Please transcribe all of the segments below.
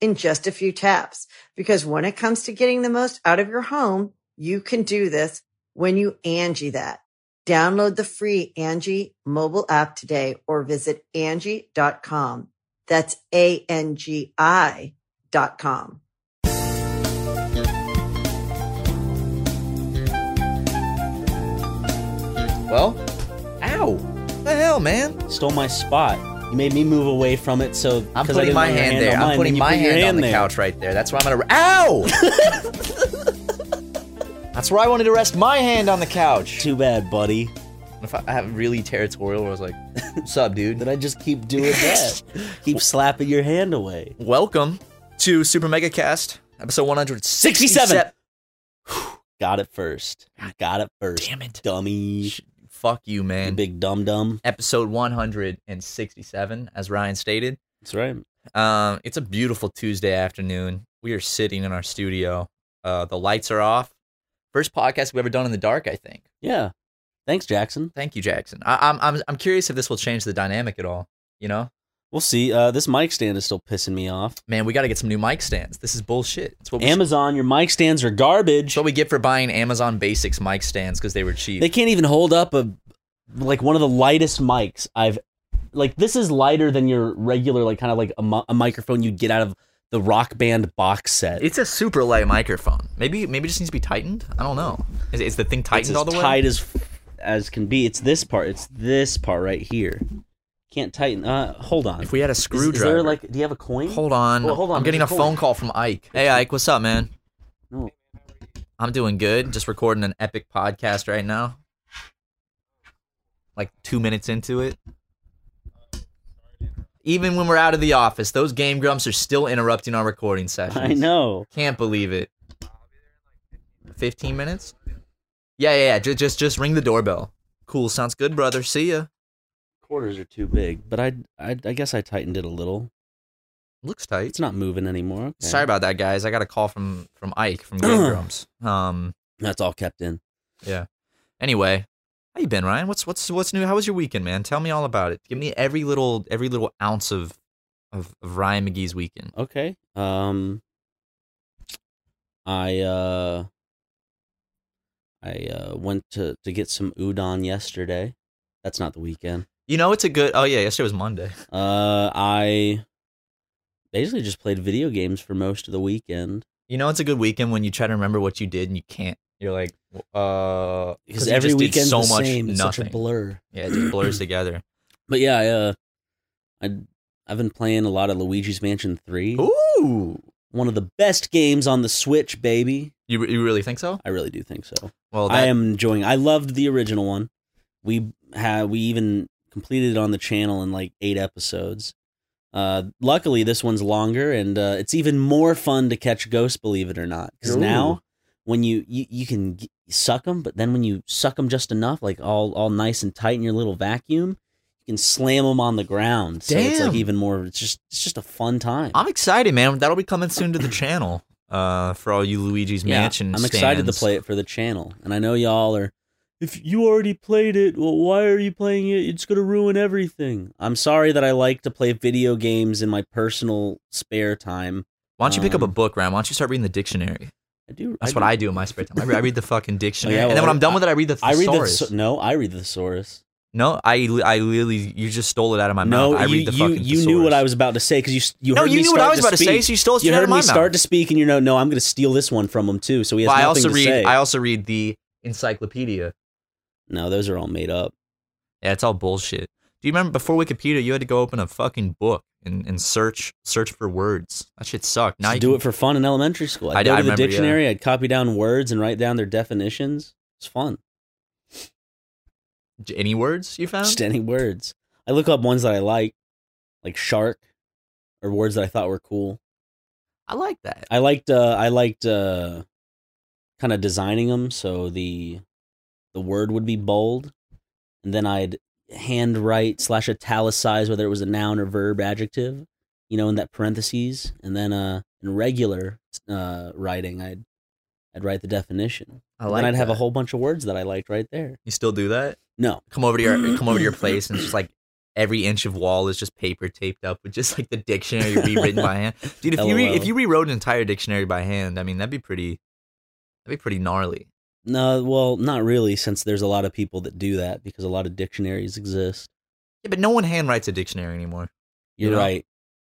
in just a few taps. Because when it comes to getting the most out of your home, you can do this when you Angie that. Download the free Angie mobile app today or visit Angie.com. That's A-N-G-I dot com. Well, ow! What the hell, man? Stole my spot. You made me move away from it, so I'm 'cause I putting didn't my want your hand on there. mine, I'm and putting you my put your hand, on the there. couch right there. That's why I'm gonna. Ow! That's where I wanted to rest my hand on the couch. Too bad, buddy. If I, I have really territorial, where I was like, "Sub, dude." Then I just keep doing that. keep slapping your hand away. Welcome to Super Mega Cast, episode 167. 67. Got it first. You Got it first. Damn it. dummy. Sh- Fuck you, You man. big dum dum. Episode 167, as Ryan stated. That's right. Um, it's a beautiful Tuesday afternoon. We are sitting in our studio. Uh, the lights are off. First podcast we've ever done in the dark, I think. Yeah. Thanks, Jackson. Thank you, Jackson. I, I'm I'm I'm curious if this will change the dynamic at all. You know, We'll see. Uh, this mic stand is still pissing me off. man, we got to get some new mic stands. This is bullshit. It's what we Amazon, your mic stands are garbage. it's what we get for buying Amazon Basics mic stands because they were cheap. They can't even hold up a like one of the lightest mics I've like. This is lighter than your regular like kind of like a, mi- a microphone you'd get out of the rock band box set. it's a super light microphone. Maybe maybe it just needs to be tightened. I don't know. Is, is the thing It's tightened as all the way? tight as as can be. It's this part. It's this part right here. Can't tighten. Uh, hold on. If we had a is, screwdriver. is there like? Do you have a coin? Hold on. Oh, hold on, I'm getting a there's a phone phone. call from Ike. Hey, Ike, what's up, man? No. I'm doing good. Just recording an epic podcast right now. Like two minutes into it. Even when we're out of the office, those game grumps are still interrupting our recording sessions. I know. Can't believe it. 15 minutes? Yeah, yeah, yeah. Just, just, just ring the doorbell. Cool. Sounds good, brother. See ya. Quarters are too big, but I, I, I guess I tightened it a little. Looks tight. It's not moving anymore. Okay. Sorry about that, guys. I got a call from from Ike from Game Grumps. Um, That's all kept in. Yeah. Anyway, how you been, Ryan? What's what's what's new? How was your weekend, man? Tell me all about it. Give me every little every little ounce of of, of Ryan McGee's weekend. Okay. Um I uh I uh went to to get some udon yesterday. That's not the weekend. You know, it's a good. Oh yeah, yesterday was Monday. Uh I basically just played video games for most of the weekend You know, it's a good weekend when you try to remember what you did and you can't. You're like, uh, because you every just did weekend's so the much same. It's nothing. such a blur. yeah, it just blurs together. But yeah, I uh I I've been playing a lot of Luigi's Mansion 3. Ooh, One of the best games on the Switch, baby. you re- you really think so? I really do think so. Well, that, I am enjoying. I loved the original one. We had we even completed it on the channel in like eight episodes. Uh, luckily, this one's longer, and uh, it's even more fun to catch ghosts. Believe it or not, because Ooh. now when you you, you can g- suck them, but then when you suck them just enough, like all all nice and tight in your little vacuum, you can slam them on the ground. So it's like Damn. even more. It's just it's just a fun time. I'm excited, man. That'll be coming soon to the channel. Uh, for all you Luigi's Yeah, Mansion. I'm excited to stands. play it for the channel, and I know y'all are. If you already played it, well, why are you playing it? It's gonna ruin everything. I'm sorry that I like to play video games in my personal spare time. Why don't you pick up a Um, book, Ryan? Why don't you start reading the dictionary? I do. That's I what do, I do in my spare time. I, re- I read the fucking dictionary, Oh, yeah, and then well, when I'm done I- with it, I read the I read thesaurus. the no. I read the thesaurus. No, I, I literally, you just stole it out of my no, mouth. I you read the you, fucking you knew what thesaurus. I was about to say because you s- you No, heard you me knew what start I was to about to say, speak. so you stole it you straight out heard of me my start mouth. to speak, and you know, no, I'm going to steal this one from him too. So he has Well, I nothing also to read. say. I also read the encyclopedia. no, those are all made up. Yeah, it's all bullshit. Do you remember before Wikipedia, you had to go open a fucking book and, and search search for words. That shit sucked. Now Now you do can- it for fun in elementary school. I'd I- go I to the remember, yeah. dictionary. I'd copy down words and write down their definitions. It's fun. j- any words you found. Just any words. I look up ones that I like, like shark, or words that I thought were cool. I like that. I liked. Uh, I liked uh, kind of designing them so the the word would be bold, and then I'd handwrite slash italicize whether it was a noun or verb adjective, you know, in that parentheses, and then uh, in regular uh, writing, I'd I'd write the definition. I And like. then I'd have a that. whole bunch of words that I liked right there. You still do that? No, Come over to your come over to your place and it's just like every inch of wall is just paper taped up with just like the dictionary rewritten by hand. Dude, if you re- LOL. if you rewrote an entire dictionary by hand, I mean that'd be pretty. That'd be pretty gnarly. no, well, not really, since there's a lot of people that do that because a lot of dictionaries exist. Yeah, but no one handwrites a dictionary anymore. You're Yeah. right.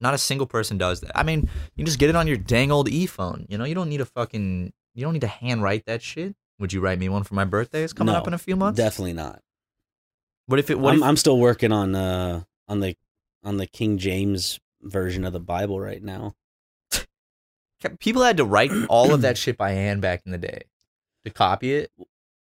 Not a single person does that. I mean, you just get it on your dang old e phone. You know, you don't need a fucking. You don't need to handwrite that shit. Would you write me one for my birthday? It's coming No, up in a few months. Definitely not. What if it? What I'm, if, I'm still working on uh on the on the King James version of the Bible right now. people had to write all of that shit by hand back in the day to copy it?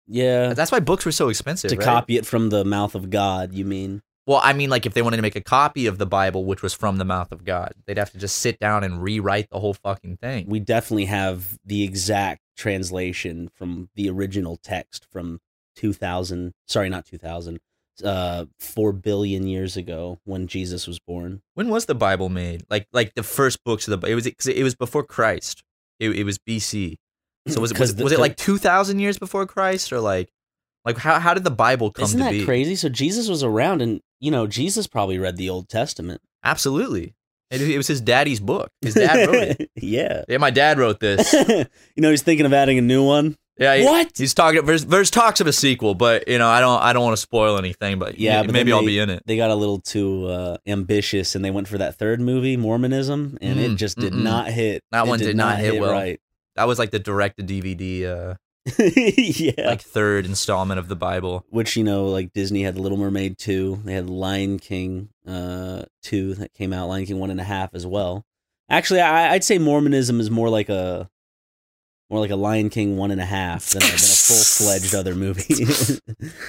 Yeah, That's why books were so expensive. to right? copy it from the mouth of God. You mean? Well, I mean, like if they wanted to make a copy of the Bible, which was from the mouth of God, they'd have to just sit down and rewrite the whole fucking thing. We definitely have the exact translation from the original text from 2000. Sorry, not 2000. Uh, four billion years ago when Jesus was born. when was the Bible made? Like, like the first books of the Bi- it was cause it was before Christ. It, it was BC. So was it 'Cause was, the- was it like two thousand years before Christ, or like, like how how did the Bible come Isn't to that be? crazy? So Jesus was around, and you know, Jesus probably read the Old Testament. Absolutely, it, it was his daddy's book. His dad wrote it. yeah. Yeah, my dad wrote this. you know, he's thinking of adding a new one. Yeah, he- What? he's talking. There's, there's talks of a sequel, but you know, I don't I don't want to spoil anything. But Yeah, yeah, but then maybe I'll they- be in it. They got a little too uh, ambitious, and they went for that third movie, Mormonism, and it Mm, just did mm-mm. not hit. That It one did not hit well. Right. That was like the direct to DVD, uh, yeah. like third installment of the Bible. Which you know, like Disney had The Little Mermaid two, they had Lion King uh two that came out, Lion King one and a half as well. Actually, I, I'd say Mormonism is more like a more like a Lion King one and a half than a, than a full fledged other movie.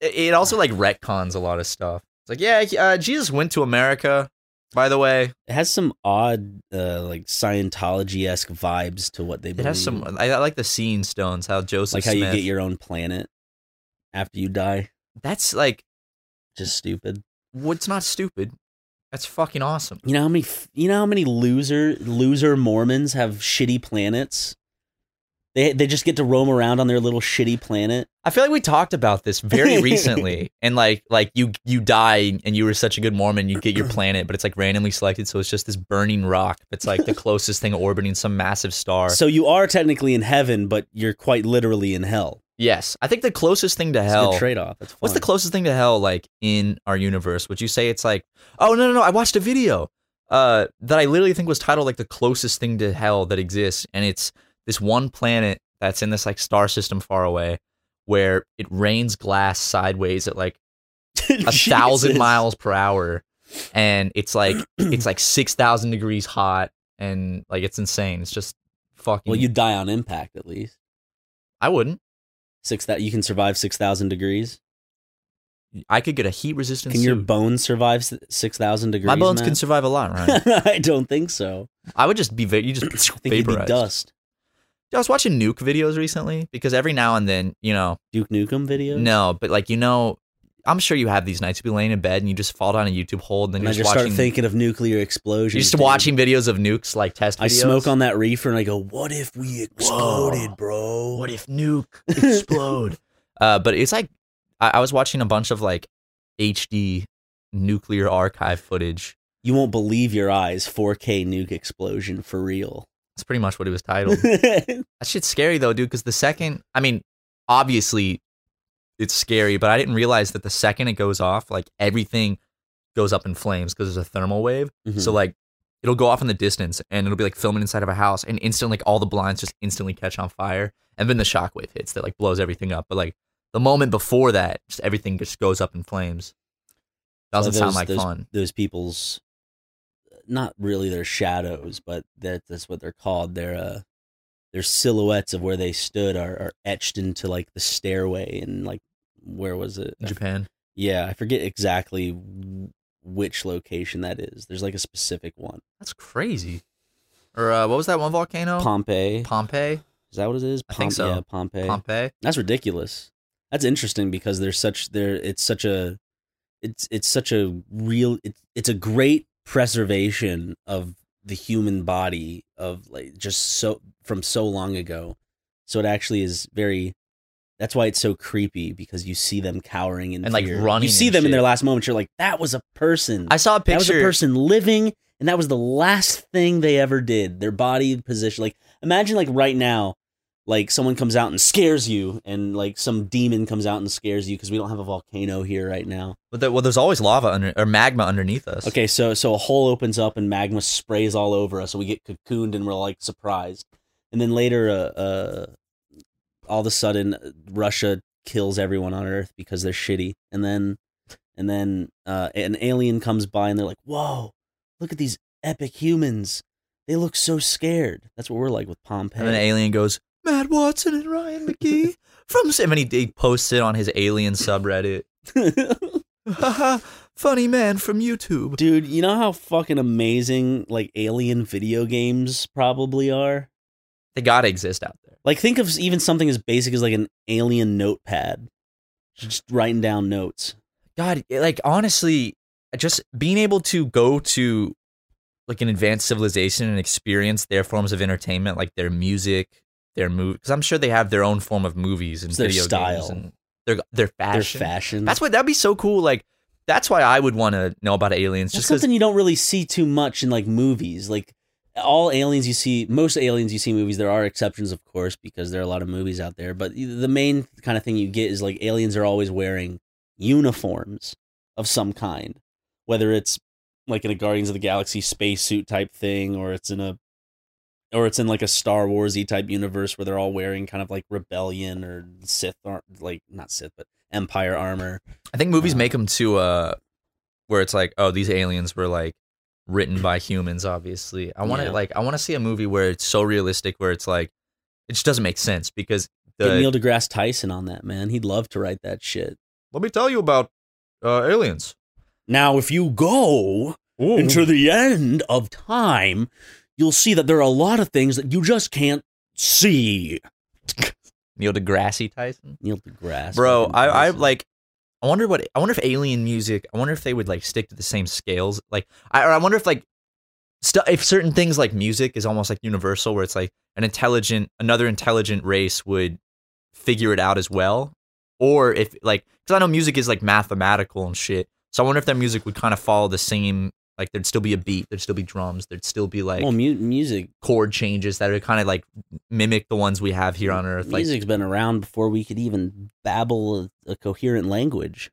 It, it also like retcons a lot of stuff. It's like, yeah, he- uh, Jesus went to America. By the way, It has some odd, uh, like Scientology esque vibes to what they believe. it has some. I, I like the scene stones. How Joseph like how you Smith- get your own planet after you die. That's like Just stupid. what's not stupid. That's fucking awesome. You know how many? f- You know how many loser loser Mormons have shitty planets? They they just get to roam around on their little shitty planet. I feel like we talked about this very recently, and like like you you die and you were such a good Mormon, you get your planet, but it's like randomly selected, so it's just this burning rock. It's like the closest thing orbiting some massive star. So you are technically in heaven, but you're quite literally in hell. yes, I think the closest thing to It's a hell. good trade off. That's fun. What's the closest thing to hell like in our universe? Would you say it's like oh no no no I watched a video uh that I literally think was titled like the closest thing to hell that exists and it's this one planet that's in this like star system far away where it rains glass sideways at like a thousand Jesus. miles per hour and it's like it's like six thousand degrees hot and like it's insane. It's just fucking Well, you die on impact at least. I wouldn't. Six that you can survive six thousand degrees. I could get a heat resistant Can your suit. bones survive six thousand degrees? My bones can Matt? survive a lot, right? I don't think so. I would just be va- you just I think you'd be vaporized. dust. I was watching nuke videos recently because every now and then, you know, Duke Nukem videos. no, but like you know, I'm sure you have these nights. You'll be laying in bed and you just fall down a YouTube hole, and then and you're I just, just watching. start thinking of nuclear explosions. you're just dude. watching videos of nukes like test. Videos. I smoke on that reefer and I go, "What if we exploded, bro? What if nuke explode? uh, but it's like I, I was watching a bunch of like HD nuclear archive footage. You won't believe your eyes. 4K nuke explosion for real. That's pretty much what it was titled. yeah, That shit's scary though, dude. Because the second, I mean, obviously, it's scary, but I didn't realize that the second it goes off, like everything goes up in flames because there's a thermal wave. Mhm. So like it'll go off in the distance and it'll be like filming inside of a house and instantly like all the blinds just instantly catch on fire and then the shockwave hits that like blows everything up. But like the moment before that, just everything just goes up in flames. Doesn't Well, sound those- like those- fun. Those people's, not really their shadows, but that that's what they're called. Their uh, their silhouettes of where they stood are, are etched into like the stairway and like where was it? Japan. Yeah, I forget exactly w- which location that is. There's like a specific one. That's crazy. Or uh, what was that one volcano? Pompeii. Pompeii. is that what it is? I think Pomp- so. Yeah, Pompeii. Pompeii. That's ridiculous. That's interesting because there's such there. It's such a, it's it's such a real. It's it's a great preservation of the human body of like just so from so long ago. So it actually is very. That's why it's so creepy because you see them cowering in And, like, fear. running You see and them in their shit. last moments. You're like, that was a person. I saw a that was a picture. person living, and that was the last thing they ever did. Their body position. Like imagine like right now, like someone comes out and scares you, and like some demon comes out and scares you because we don't have a volcano here right now. But there- well, there's always lava under or magma underneath us. Okay, so so a hole opens up and magma sprays all over us, so we get cocooned and we're like surprised. And then later, uh, uh all of a sudden, uh, Russia kills everyone on Earth because they're shitty. And then, and then uh, an alien comes by and they're like, "Whoa, look at these epic humans! They look so scared." That's what we're like with Pompeii. And then Alien goes, Matt Watson and Ryan McGee from Sim. And he, he posts it on his Alien subreddit. Haha, funny man from YouTube. Dude, you know how fucking amazing like alien video games probably are. They gotta exist out there. Like think of even something as basic as like an alien notepad, just writing down notes. God, it- like honestly, just being able to go to like an advanced civilization and experience their forms of entertainment, like their music, their movie, because I'm sure they have their own form of movies and It's their video games style. and their their fashion. Their fashion. That's what that'd be so cool. Like that's why I would want to know about aliens, That's just because something you don't really see too much in like movies. Like all aliens you see, most aliens you see in movies. There are exceptions, of course, because there are a lot of movies out there. But the main kind of thing you get is like aliens are always wearing uniforms of some kind, whether it's like in a Guardians of the Galaxy spacesuit type thing, or it's in a or it's in like a Star Warsy type universe where they're all wearing kind of like rebellion or Sith, ar- like not Sith, but Empire armor. I think movies Uh, make them to uh, where it's like, oh, these aliens were like written by humans. Obviously, I want to Yeah. like, I want to see a movie where it's so realistic, where it's like, it just doesn't make sense because Get the. Neil deGrasse Tyson on that man. He'd love to write that shit. Let me tell you about uh, aliens. Now, if you go into the end of time, you'll see that there are a lot of things that you just can't see. Neil deGrasse Tyson, Neil deGrasse, bro. fucking I, I Tyson. like. I wonder what. I wonder if alien music. I wonder if they would like stick to the same scales. Like, I or I wonder if like. Stu- if certain things like music is almost like universal, where it's like an intelligent, another intelligent race would figure it out as well, or if like because I know music is like mathematical and shit, so I wonder if their music would kind of follow the same. Like there'd still be a beat, there'd still be drums, there'd still be like well, mu- music. chord changes that are kind of like mimic the ones we have here on Earth. Like, Music's been around before we could even babble a, a coherent language.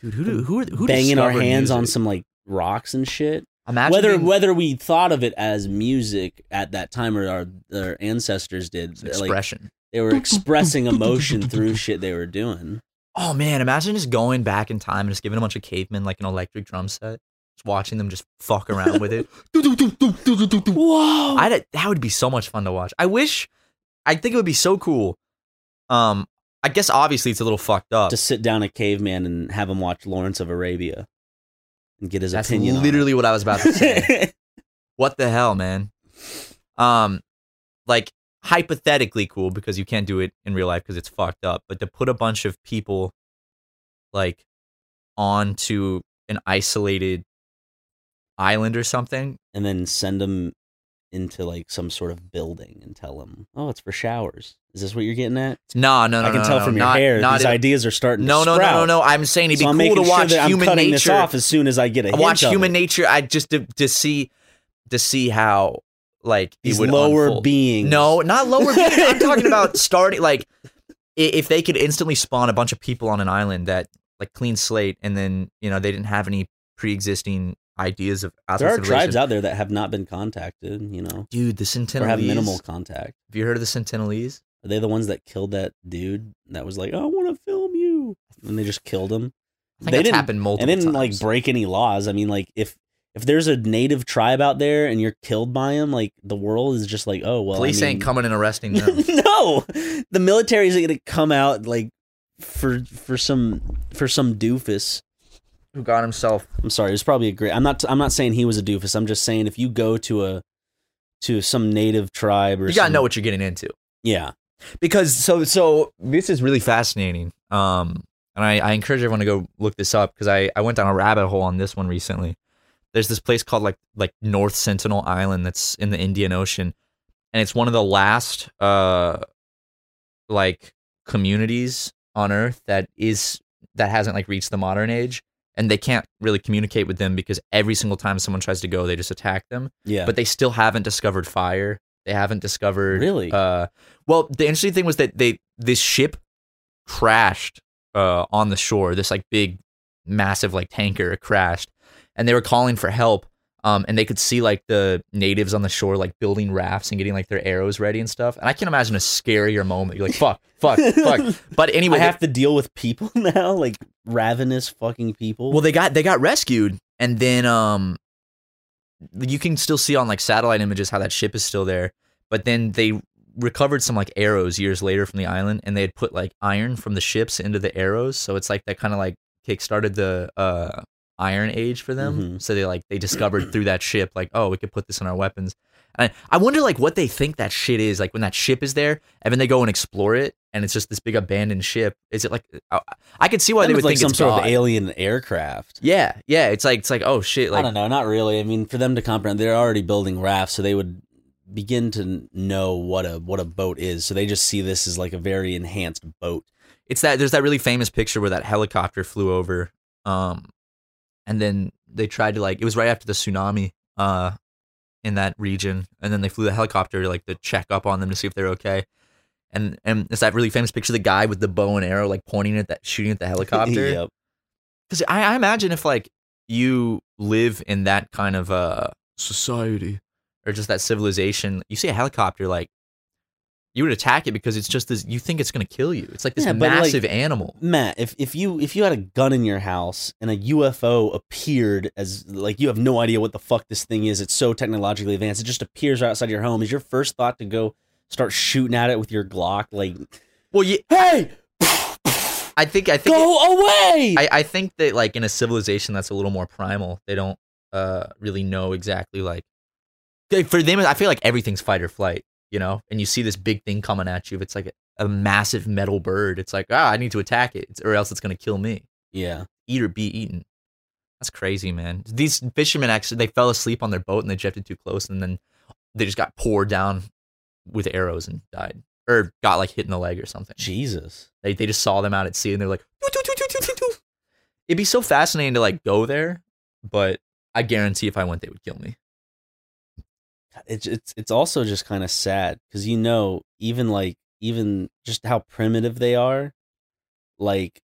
dude, who do, who are, who um, Banging our discovered hands on music? some like rocks and shit. Imagine whether being- whether we thought of it as music at that time or our, our ancestors did, it's an like expression. they were expressing emotion through shit they were doing. oh man, imagine just going back in time and just giving a bunch of cavemen like an electric drum set, just watching them just fuck around with it. Whoa! I that would be so much fun to watch. I wish. I think it would be so cool. Um, I guess obviously it's a little fucked up. to sit down a caveman and have him watch Lawrence of Arabia and get his That's opinion. literally what I was on about to say. it. what the hell, man? Um, like hypothetically cool because you can't do it in real life because it's fucked up. But to put a bunch of people like onto an isolated island or something, and then send him into like some sort of building and tell him, "Oh, it's for showers." Is this what you're getting at? no, no, no. I can no, tell no, from your not- hair not these in- ideas are starting No, to no, no, no, sprout. no. I'm saying it'd be So cool I'm making to watch sure that I'm human cutting nature. this off as soon as I get a hint watch of human it. nature. I just to, to see to see how like These it would lower unfold. beings. No, not lower beings. I'm talking about starting like if they could instantly spawn a bunch of people on an island that like clean slate, and then you know they didn't have any pre-existing ideas of outside there are civilization. tribes out there that have not been contacted, you know, Dude, the or Sentinelese. have minimal contact. Have you heard of the Sentinelese? Are they the ones that killed that dude that was like, I want to film you? And they just killed him. I think They that's didn't- happened multiple and didn't like times. break any laws. I mean, like if if there's a native tribe out there and you're killed by them, like the world is just like, oh well. I Police mean- ain't coming and arresting them. no, the military isn't gonna come out like for for some for some doofus. Who got himself? I'm sorry, it was probably a great. I'm not. I'm not saying he was a doofus. I'm just saying if you go to a to some native tribe or You gotta some- know what you're getting into. Yeah, because so so this is really fascinating um and i, I encourage everyone to go look this up because I, I went down a rabbit hole on this one recently there's this place called like like north sentinel island that's in the indian ocean and it's one of the last uh like communities on earth that is that hasn't like reached the modern age and they can't really communicate with them because every single time someone tries to go they just attack them yeah. but they still haven't discovered fire they haven't discovered really, uh, well, the interesting thing was that they this ship crashed uh, on the shore. This like big, massive like tanker crashed, and they were calling for help. Um, and they could see like the natives on the shore like building rafts and getting like their arrows ready and stuff. And I can't imagine a scarier moment. You're like, fuck, fuck, fuck. But anyway, I have to deal with people now, like ravenous fucking people. Well, they got they got rescued, and then um, you can still see on like satellite images how that ship is still there. But then they recovered some like arrows years later from the island, and they had put like iron from the ships into the arrows. So it's like that kind of like kickstarted the uh Iron Age for them. Mhm. So they like they discovered through that ship like oh we could put this in our weapons. And I wonder like what they think that shit is like when that ship is there, and then they go and explore it, and it's just this big abandoned ship. Is it like I, I could see why That they was would like think some it's sort God. of alien aircraft. Yeah, yeah. It's like it's like oh shit, I like don't know, not really. I mean, for them to comprehend, they're already building rafts, so they would begin to know what a what a boat is. So they just see this as like a very enhanced boat. it's that there's that really famous picture where that helicopter flew over, um, and then they tried to like it was right after the tsunami, uh, in that region, and then they flew the helicopter to like to check up on them to see if they're okay. And, and it's that really famous picture of the guy with the bow and arrow like pointing at that shooting at the helicopter Yep. because I, I imagine if like you live in that kind of uh society or just that civilization you see a helicopter like you would attack it because it's just this you think it's going to kill you it's like this Yeah, but, like- massive animal Matt, if if you if you had a gun in your house and a UFO appeared as like you have no idea what the fuck this thing is, it's so technologically advanced, it just appears outside your home. Is your first thought to go start shooting at it with your Glock? Like, well you, hey, i think i think go away! I, I think that like in a civilization that's a little more primal they don't uh really know exactly like they- for them i feel like everything's fight or flight you know and you see this big thing coming at you if it's like a, a massive metal bird it's like ah i need to attack it or else it's going to kill me yeah, eat or be eaten. That's crazy, man. These fishermen actually they fell asleep on their boat and they drifted too close and then they just got poured down with arrows and died. Or got like hit in the leg or something. Jesus. They they just saw them out at sea and they're like "Doo, doo, doo, doo, doo, doo, doo." It'd be so fascinating to like go there, but I guarantee if I went they would kill me. it's it's it's also just kind of sad because you know even like even just how primitive they are like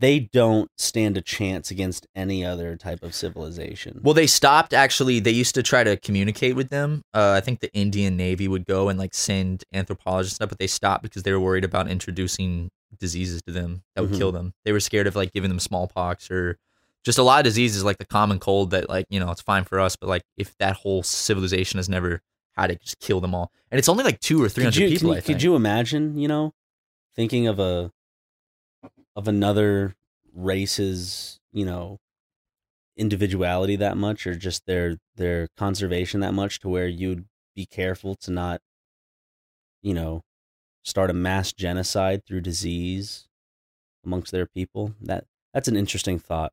they don't stand a chance against any other type of civilization Well, they stopped actually. They used to try to communicate with them. Uh, I think the Indian Navy would go and like send anthropologists and stuff, but they stopped because they were worried about introducing diseases to them that would Mhm. kill them. They were scared of like giving them smallpox or just a lot of diseases like the common cold that like, you know, it's fine for us, but like if that whole civilization has never had it, just kill them all. And it's only like two or three could hundred you, people. can I you- think. could you imagine you know thinking of a of another race's you know individuality that much or just their their conservation that much to where you'd be careful to not you know start a mass genocide through disease amongst their people that that's an interesting thought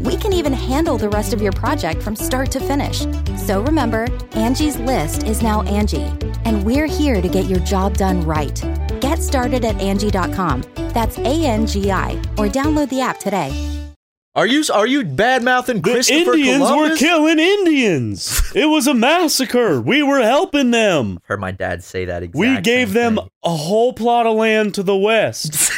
We can even handle the rest of your project from start to finish. So remember, Angie's list is now Angie, and we're here to get your job done right. Get started at Angie.com. That's A N G I, or download the app today. Are you are you bad mouthing The Christopher Indians were Columbus? killing Indians. it was a massacre. We were helping them. Heard my dad say that exact. We gave same them thing. a whole plot of land to the west.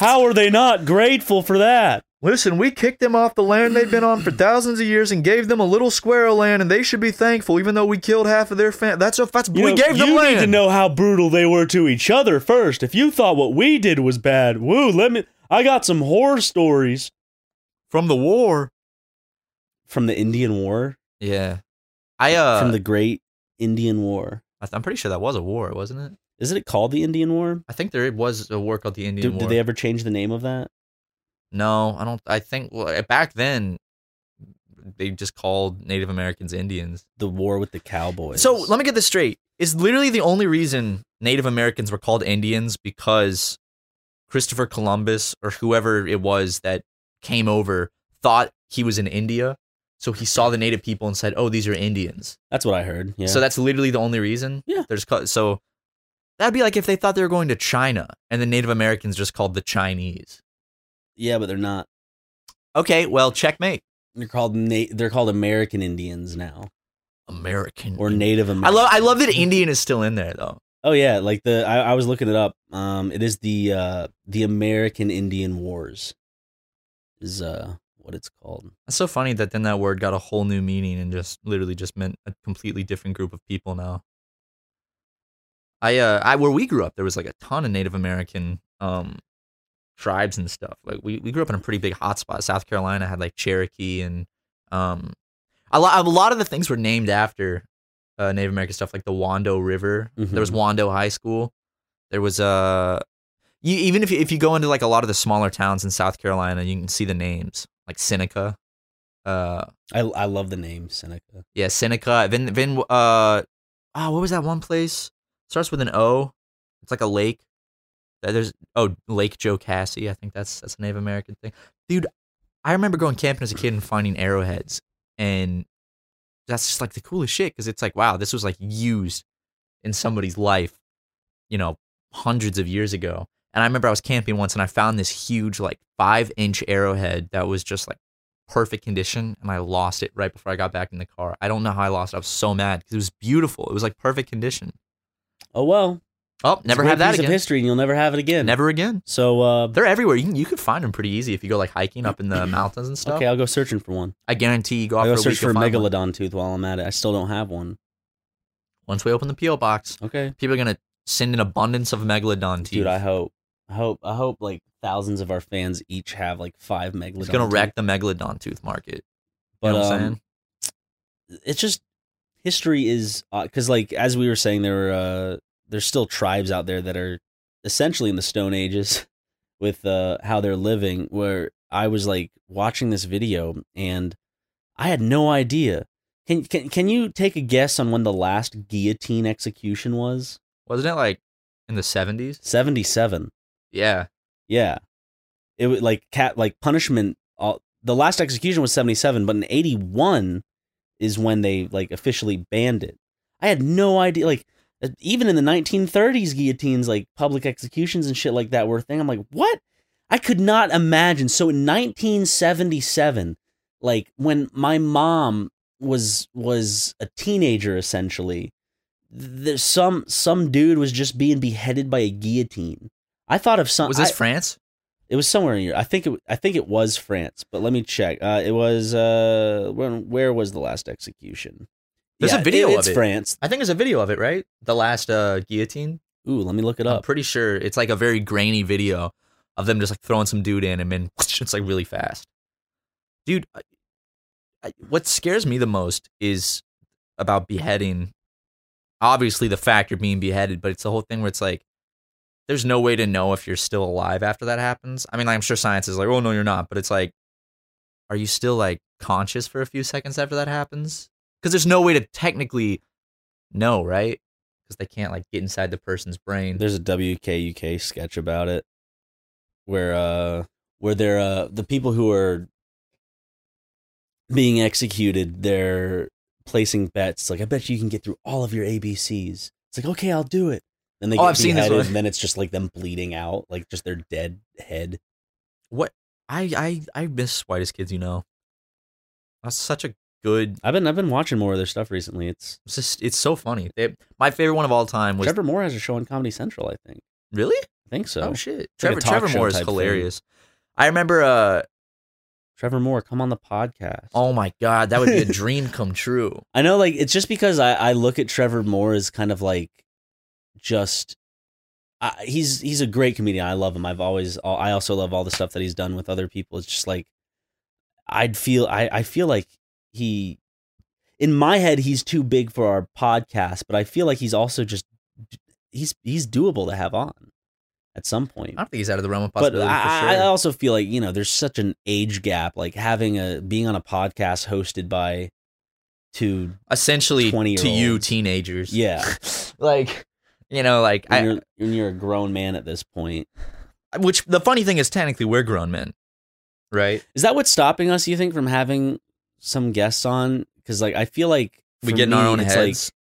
How are they not grateful for that? Listen, we kicked them off the land they've been on for thousands of years and gave them a little square of land, and they should be thankful, even though we killed half of their family. That's a that's You we know, gave them you land. need to know how brutal they were to each other first. If you thought what we did was bad, woo, let me. I got some horror stories from the war. from the Indian War, Yeah, I uh, from the Great Indian War. I th- I'm pretty sure that was a war, wasn't it? Isn't it called the Indian War? I think there was a war called the Indian Did- War. did they ever change the name of that? No, I don't. I think well, back then they just called Native Americans Indians. The war with the cowboys. So let me get this straight: is literally the only reason Native Americans were called Indians because Christopher Columbus or whoever it was that came over thought he was in India, so he saw the Native people and said, "Oh, these are Indians." That's what I heard. Yeah. So that's literally the only reason. Yeah. There's co- so that'd be like if they thought they were going to China and the Native Americans just called the Chinese. yeah, but they're not. Okay, well, checkmate. They're called Na- they're called American Indians now, American or Native I American. love I love that Indian is still in there though. Oh yeah, like the I, I was looking it up. Um, it is the uh the American Indian Wars, is uh what it's called. It's so funny that then that word got a whole new meaning and just literally just meant a completely different group of people now. I uh I where we grew up there was like a ton of Native American um tribes and stuff. Like we, we grew up in a pretty big hotspot. South Carolina had like Cherokee and um a lot a lot of the things were named after uh, Native American stuff like the Wando River. There was Mhm. Wando High School. There was uh you, even if you, if you go into like a lot of the smaller towns in South Carolina, you can see the names like Seneca. Uh, I I love the name Seneca. yeah, Seneca. Then then uh, oh, what was that one place? Starts with an O. It's like a lake. Uh, There's oh Lake Joe Cassie. I think that's that's a Native American thing, dude. I remember going camping as a kid and finding arrowheads, and that's just like the coolest shit because it's like wow, this was like used in somebody's life, you know, hundreds of years ago. And I remember I was camping once and I found this huge like five inch arrowhead that was just like perfect condition and I lost it right before I got back in the car. I don't know how I lost it. I was so mad because it was beautiful. It was like perfect condition. Oh well, Oh, it's a never great have that piece Of again. history, and you'll never have it again. Never again. So uh, They're everywhere. You can, you can find them pretty easy if you go like hiking up in the mountains and stuff. okay, I'll go searching for one. I guarantee you go out for I'll go a search week for you'll a find one. megalodon tooth while I'm at it. I still don't have one. Once we open the PO box, Okay, people are gonna send an abundance of megalodon teeth. dude. I hope, I hope, I hope like thousands of our fans each have like five megalodon. it's gonna teeth. wreck the megalodon tooth market. But you know what I'm um, saying? it's just history is because like as we were saying there were uh there's still tribes out there that are essentially in the stone ages with uh how they're living where i was like watching this video and i had no idea can can, can you take a guess on when the last guillotine execution was Wasn't it like in the seventies? 77 Yeah. yeah it was like cat like punishment all, the last execution was 77 but in 81 is when they like officially banned it i had no idea like Uh, Even in the 1930s, guillotines, like public executions and shit like that, were a thing. I'm like, what? I could not imagine. So in 1977, like when my mom was was a teenager, essentially, there's some some dude was just being beheaded by a guillotine. I thought of some. Was this Uh, I- France? it was somewhere in Europe. I think it. I think it was France, but let me check. Uh, it was. Uh, when, where was the last execution? There's a video of it's it. France. I think there's a video of it, right? The last uh, guillotine. Ooh, let me look it I'm up. pretty sure it's like a very grainy video of them just like throwing some dude in and then it's like really fast. Dude, I, I, what scares me the most is about beheading. Obviously, the fact you're being beheaded, but it's the whole thing where it's like, there's no way to know if you're still alive after that happens. I mean, like, I'm sure science is like, oh, no, you're not. But it's like, are you still like conscious for a few seconds after that happens? Because there's no way to technically know, right? Because they can't like get inside the person's brain. There's a WKUK sketch about it, where uh, where they're uh, the people who are being executed, they're placing bets. Like, I bet you can get through all of your ABCs. It's like, okay, I'll do it. Then they Oh, get I've seen this beheaded, one. and then it's just like them bleeding out, like just their dead head. What I I I miss Whitest Kids You Know. That's such a good. I've been I've been watching more of their stuff recently. It's It's just it's so funny. They, my favorite one of all time was Trevor Moore has a show on Comedy Central. I think. really. I think so. oh shit, like Trevor a talk Trevor show Moore is type thing. hilarious. I remember. uh Trevor Moore, come on the podcast. Oh my god, that would be a dream come true. I know, like it's just because I I look at Trevor Moore as kind of like just. I, he's he's a great comedian. I love him. I've always I also love all the stuff that he's done with other people. It's just like I'd feel I I feel like he in my head he's too big for our podcast, but I feel like he's also just he's he's doable to have on at some point. I don't think he's out of the realm of but possibility I, for I sure. also feel like you know there's such an age gap like having a being on a podcast hosted by two Essentially, to you 20-year-olds. teenagers. yeah like you know, like when, I, you're, when you're a grown man at this point which the funny thing is technically we're grown men, right? is that what's stopping us you think from having some guests on because like i feel like We for get in our me, own it's heads. like,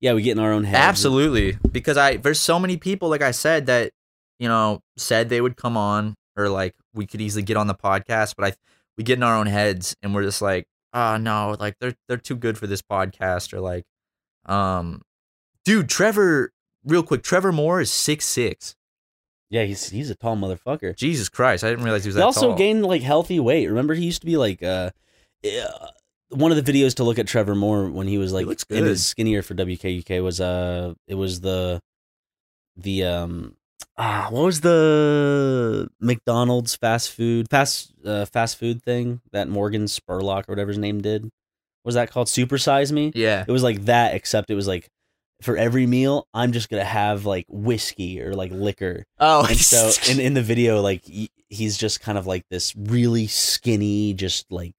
yeah we get in our own heads Absolutely, because I there's so many people like I said that you know said they would come on or like we could easily get on the podcast, but I we get in our own heads and we're just like, oh no, like they're they're too good for this podcast or like, um, dude, Trevor, real quick, Trevor Moore is six six. yeah he's he's a tall motherfucker Jesus Christ, I didn't realize he was he that also tall. gained like healthy weight remember he used to be like uh eh, one of the videos to look at Trevor Moore when he was like looks in good. his skinnier for WKUK was uh it was the the um ah what was the McDonald's fast food fast uh, fast food thing that Morgan Spurlock or whatever his name did What was that called Supersize Me yeah, it was like that, except it was like for every meal, I'm just gonna have like whiskey or like liquor. oh, And so in in the video, like he- he's just kind of like this really skinny, just like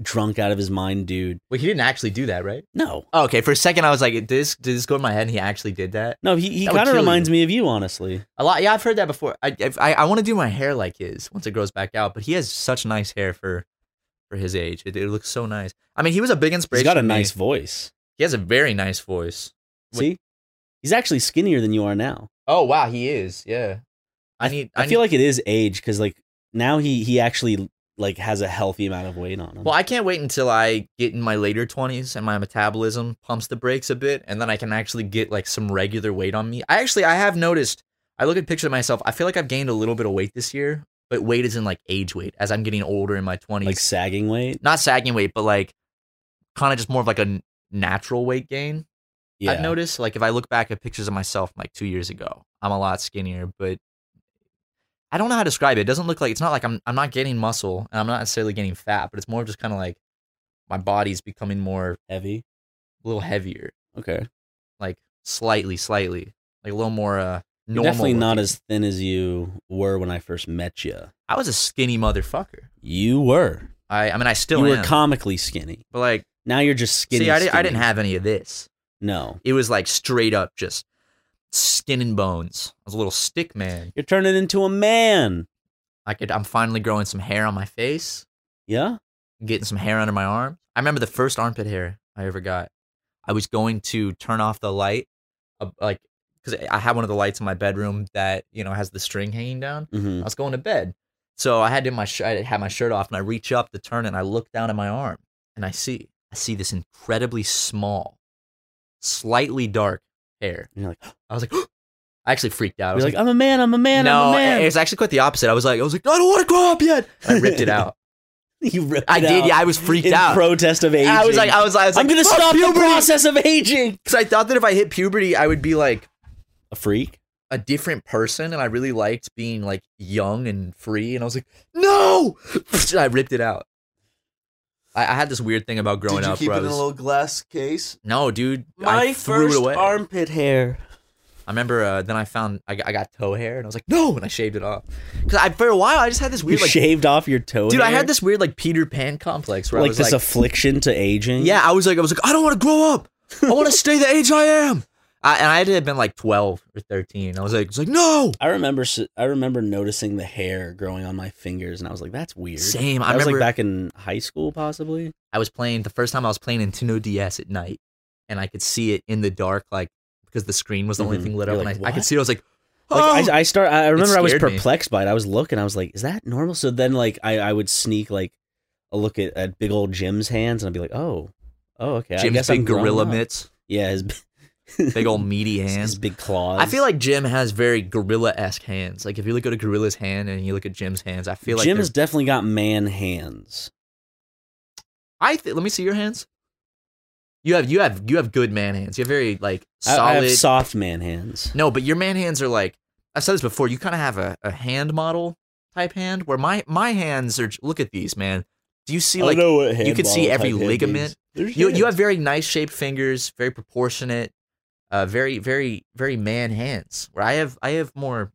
drunk out of his mind dude. wait, he didn't actually do that, right? No, Oh, okay, for a second I was like, did this did this go in my head? and He actually did that no, he he That would kind of kill reminds me of you, honestly. a lot. Yeah, I've heard that before. I if- I, I want to do my hair like his once it grows back out, but he has such nice hair for for his age. It, it looks so nice. I mean, he was a big He's inspiration. got a to me. nice voice. He has a very nice voice. Wait. See, he's actually skinnier than you are now. Oh wow, he is. Yeah. I need. I feel like it is age because like now he he actually like has a healthy amount of weight on him. Well, I can't wait until I get in my later 20s and my metabolism pumps the brakes a bit and then I can actually get like some regular weight on me. I actually I have noticed I look at pictures of myself. I feel like I've gained a little bit of weight this year, but weight is in like age weight as I'm getting older in my 20s. like sagging weight. not sagging weight, but like kind of just more of like a n- natural weight gain. Yeah. I've noticed like if I look back at pictures of myself like two years ago, I'm a lot skinnier, but I don't know how to describe it. It doesn't look like it's not like I'm I'm not gaining muscle and I'm not necessarily gaining fat, but it's more just kind of like my body's becoming more heavy. a little heavier, Okay. like slightly, slightly, like a little more uh You're normal. definitely not looking. as thin as you were when I first met you. I was a skinny motherfucker. You were. I I mean I still you am, were comically skinny. but like Now you're just skinny. see I, di- I skinny. didn't have any of this. No. It was like straight up just skin and bones. I was a little stick man. You're turning into a man. I could I'm finally growing some hair on my face, Yeah. getting some hair under my arm. I remember the first armpit hair I ever got. I was going to turn off the light a, like because I had one of the lights in my bedroom that you know has the string hanging down. hmm I was going to bed, so I had to my sh- I had my shirt off, and I reach up to turn it, and I look down at my arm, and I see I see this incredibly small, slightly dark hair. And you're like, I was like, I actually freaked out. I you're was like, I'm a man, I'm a man, no, I'm a man. it's actually quite the opposite. I was like, I was like, I don't want to grow up yet. And I ripped it out. you ripped I it did. out Yeah, I was freaked in out. protest of aging. I was like, I was, I was like, I'm gonna "Fuck stop the puberty!" process of aging. because I thought that if I hit puberty, I would be like A freak. a different person, and I really liked being like young and free. And I was like, no, I ripped it out. I, I had this weird thing about growing Did you up. keep where it I in a was- little glass case? no, dude, My I threw first it away. armpit hair. I remember. Uh, then I found I, got- I got toe hair, and I was like, no, and I shaved it off. Because I for a while I just had this You weird like, shaved off your toe. dude, I hair? had this weird like Peter Pan complex where I like was this like, affliction to aging. yeah, I was like, I was like, I don't want to grow up. I want to stay the age I am. I, and I had to have been like twelve or thirteen. I was like, it's like no. I remember. s- I remember noticing the hair growing on my fingers, and I was like, "That's weird." Same. I I was like remember back in high school, possibly. I was playing the first time I was playing Nintendo DS at night, and I could see it in the dark, like because the screen was the only Mhm. thing lit You're up, like, and I, I "What?" could see. It. I was like, oh, Like I, I start. I I remember I was scared me. perplexed by it. I was looking. I was like, "Is that normal?" So then, like, I, I would sneak like a look at, at big old Jim's hands, and I'd be like, "Oh, oh, okay." I Jim's guess big I'm grown gorilla up." mitts, Yeah, his big old meaty his hands. big claws. I feel like Jim has very gorilla esque hands. Like if you look at a gorilla's hand and you look at Jim's hands, I feel like Jim they're- has definitely got man hands. I th- let me see your hands. You have you have you have good man hands. You have very like I- solid. I, have soft man hands. No, but your man hands are like I've said this before. You kind of have a, a hand model type hand where my my hands are. Look at these, man. Do you see like know what you could see every ligament. You you have very nice shaped fingers, very proportionate, uh, very very very man hands. Where I have I have more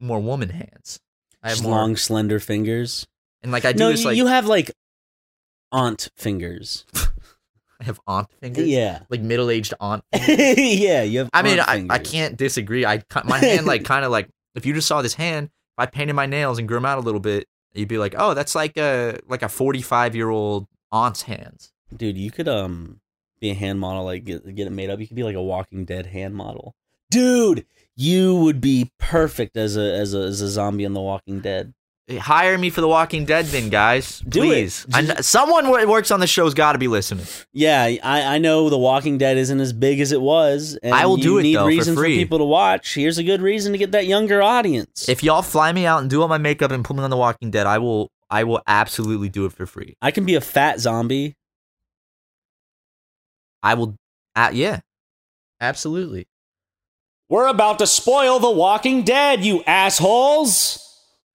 more woman hands. I have Just more long, slender fingers. and like I do no, this you, like you have like aunt fingers. I have aunt fingers. yeah, Like middle aged aunt. yeah. You have. I mean, aunt I, I fingers. can't disagree. I ki- my hand like kind of like if you just saw this hand, if I painted my nails and grew them out a little bit, you'd be like, oh, that's like a like a forty five year old aunt's hands. Dude, you could um be a hand model, like get, get it made up. You could be like a Walking Dead hand model. Dude, you would be perfect as a as a as a zombie in The Walking Dead. Eh, Hire me for The Walking Dead, then, guys. Do it. Please. I kn- someone who works on the show's got to be listening. Yeah, I I know The Walking Dead isn't as big as it was. And I will you do it, Need though, for reason free. people to watch. Here's a good reason to get that younger audience. If y'all fly me out and do all my makeup and put me on The Walking Dead, I will. I will absolutely do it for free. I can be a fat zombie. I will. Uh, yeah, absolutely. We're about to spoil The Walking Dead, you assholes.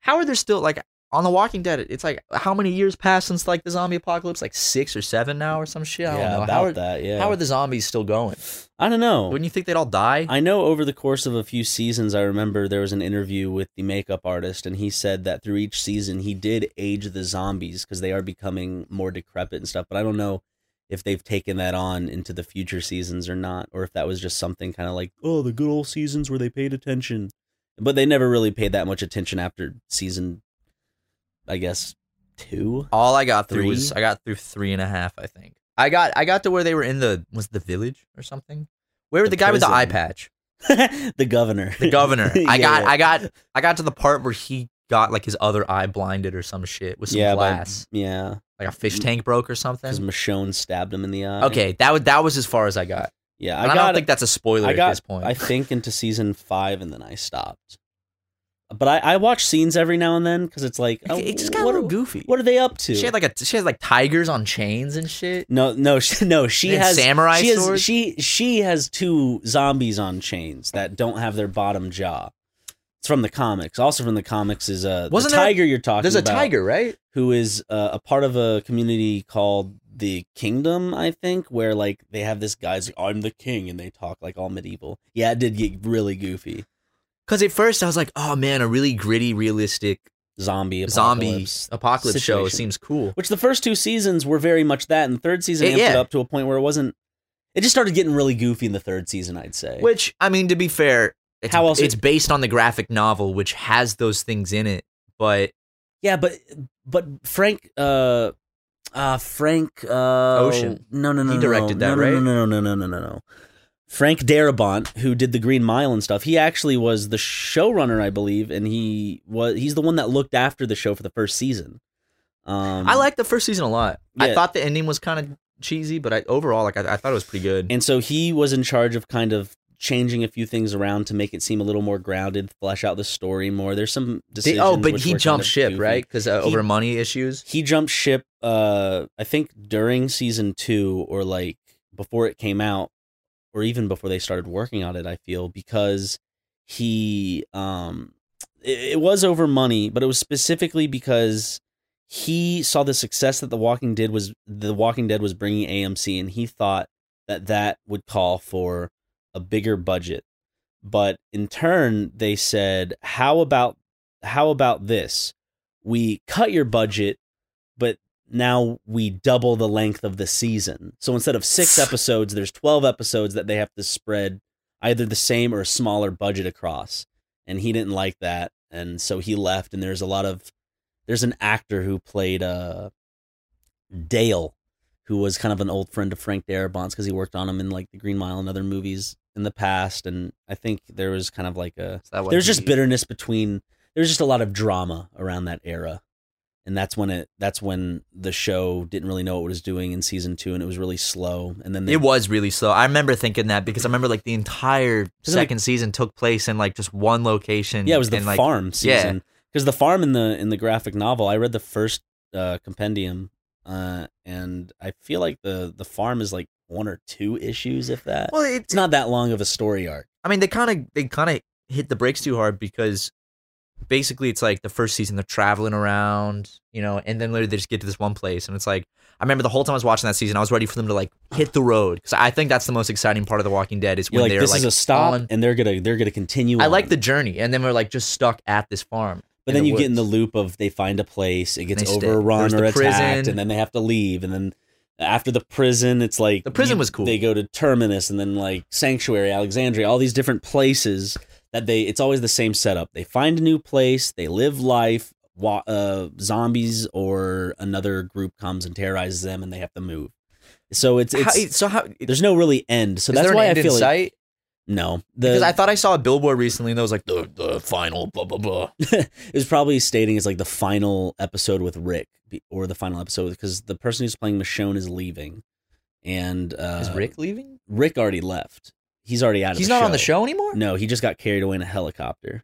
How are there still like on The Walking Dead? It's like how many years passed since like the zombie apocalypse? Like six or seven now or some shit. I don't yeah, know. about how are, that. Yeah, How are the zombies still going? I don't know. Wouldn't you think they'd all die? I know over the course of a few seasons, I remember there was an interview with the makeup artist, and he said that through each season, he did age the zombies because they are becoming more decrepit and stuff. But I don't know if they've taken that on into the future seasons or not, or if that was just something kind of like, oh, the good old seasons where they paid attention. But they never really paid that much attention after season, I guess, two. all I got through Three? was I got through three and a half. I think I got I got to where they were in the was it the village or something. Where The the, guy with the eye prison. patch? the governor. the governor. I Yeah, got, yeah. I got, I got to the part where he got like his other eye blinded or some shit with some yeah, but- glass, yeah, like a fish tank broke or because something. Michonne stabbed him in the eye. Okay, that was that was as far as I got. Yeah, And I I, got don't think that's a spoiler I got, at this point. I think into season five, and then I stopped. But I, I watch scenes every now and then because it's like, oh, it just got a what, little are, goofy. what are they up to? she had like a she has like tigers on chains and shit. no, no, she, no. She And has samurai She has, swords? she she has two zombies on chains that don't have their bottom jaw. It's from the comics. Also from the comics is a Wasn't the there- tiger you're talking There's a about tiger, right? who is uh, a part of a community called the Kingdom, I think, where like they have this guy's like, I'm the king, and they talk like all medieval. Yeah, it did get really goofy. Because at first I was like, oh man, a really gritty, realistic zombie zombie apocalypse. apocalypse show situation. seems cool. Which the first two seasons were very much that, and the third season Yeah, amped it yeah. up to a point where it wasn't. It just started getting really goofy in the third season, I'd say. Which I mean, to be fair, it's, How else- it's based on the graphic novel, which has those things in it, but yeah, but but Frank, uh, uh Frank, uh, Ocean. No, no, no, He no, directed no, that, no, right? No, no, no, no, no, no, no. Frank Darabont, who did the Green Mile and stuff, he actually was the showrunner, I believe, and he was he's the one that looked after the show for the first season. Um, I liked the first season a lot. I Yeah. thought the ending was kind of cheesy, but I overall like I, I thought it was pretty good. And so he was in charge of kind of changing a few things around to make it seem a little more grounded, flesh out the story more. There's some They- decisions. oh, but which he were kind jumped of ship, goofy. right? Because uh, He- over money issues. He jumped ship. Uh, I think during season two, or like before it came out, or even before they started working on it. I feel because he, um, it, it was over money, but it was specifically because he saw the success that The Walking Dead was The Walking Dead was bringing AMC, and he thought that that would call for a bigger budget. But in turn, they said, "How about how about this? We cut your budget, but now we double the length of the season. So instead of 6 episodes, there's 12 episodes that they have to spread either the same or a smaller budget across." And he didn't like that, and so he left and there's a lot of there's an actor who played uh Dale who was kind of an old friend of Frank Darabont's because he worked on him in like The Green Mile and other movies in the past. And I think there was kind of like a Is that what there's just he- bitterness between there's just a lot of drama around that era, and that's when it that's when the show didn't really know what it was doing in season two, and it was really slow. And then they, It was really slow. I remember thinking that because I remember like the entire like- second season took place in like just one location. yeah, it was the and, like, farm yeah. season because the farm in the in the graphic novel I read the first uh, compendium. Uh, and I feel like the the farm is like one or two issues, if that. Well, it, it's not that long of a story arc. I mean, they kind of they kind of hit the brakes too hard because basically it's like the first season they're traveling around, you know, and then later they just get to this one place and it's like I remember the whole time I was watching that season, I was ready for them to like hit the road because I think that's the most exciting part of The Walking Dead is You're when like they're this like is a stop, on- and they're gonna they're gonna continue. I like on. the journey, and then we're like just stuck at this farm. but then you get in the loop of they find a place, it gets they stay. overrun There's or the attacked, prison. and then they have to leave, and then after the prison, it's like The prison was cool. They go to terminus, and then like sanctuary, Alexandria, all these different places that they. It's always the same setup. They find a new place, they live life. Wa- uh, zombies or another group comes and terrorizes them, and they have to move. So it's How- it's so how there's no really end. So is that's there an why end I in feel like sight? no. Because The, I thought I saw a billboard recently and that was like the the final blah blah blah. it was probably stating it's like the final episode with Rick be- or the final episode because the person who's playing Michonne is leaving, and uh, Is Rick leaving? Rick already left. He's already out of. He's the not show. on the show anymore. No, he just got carried away in a helicopter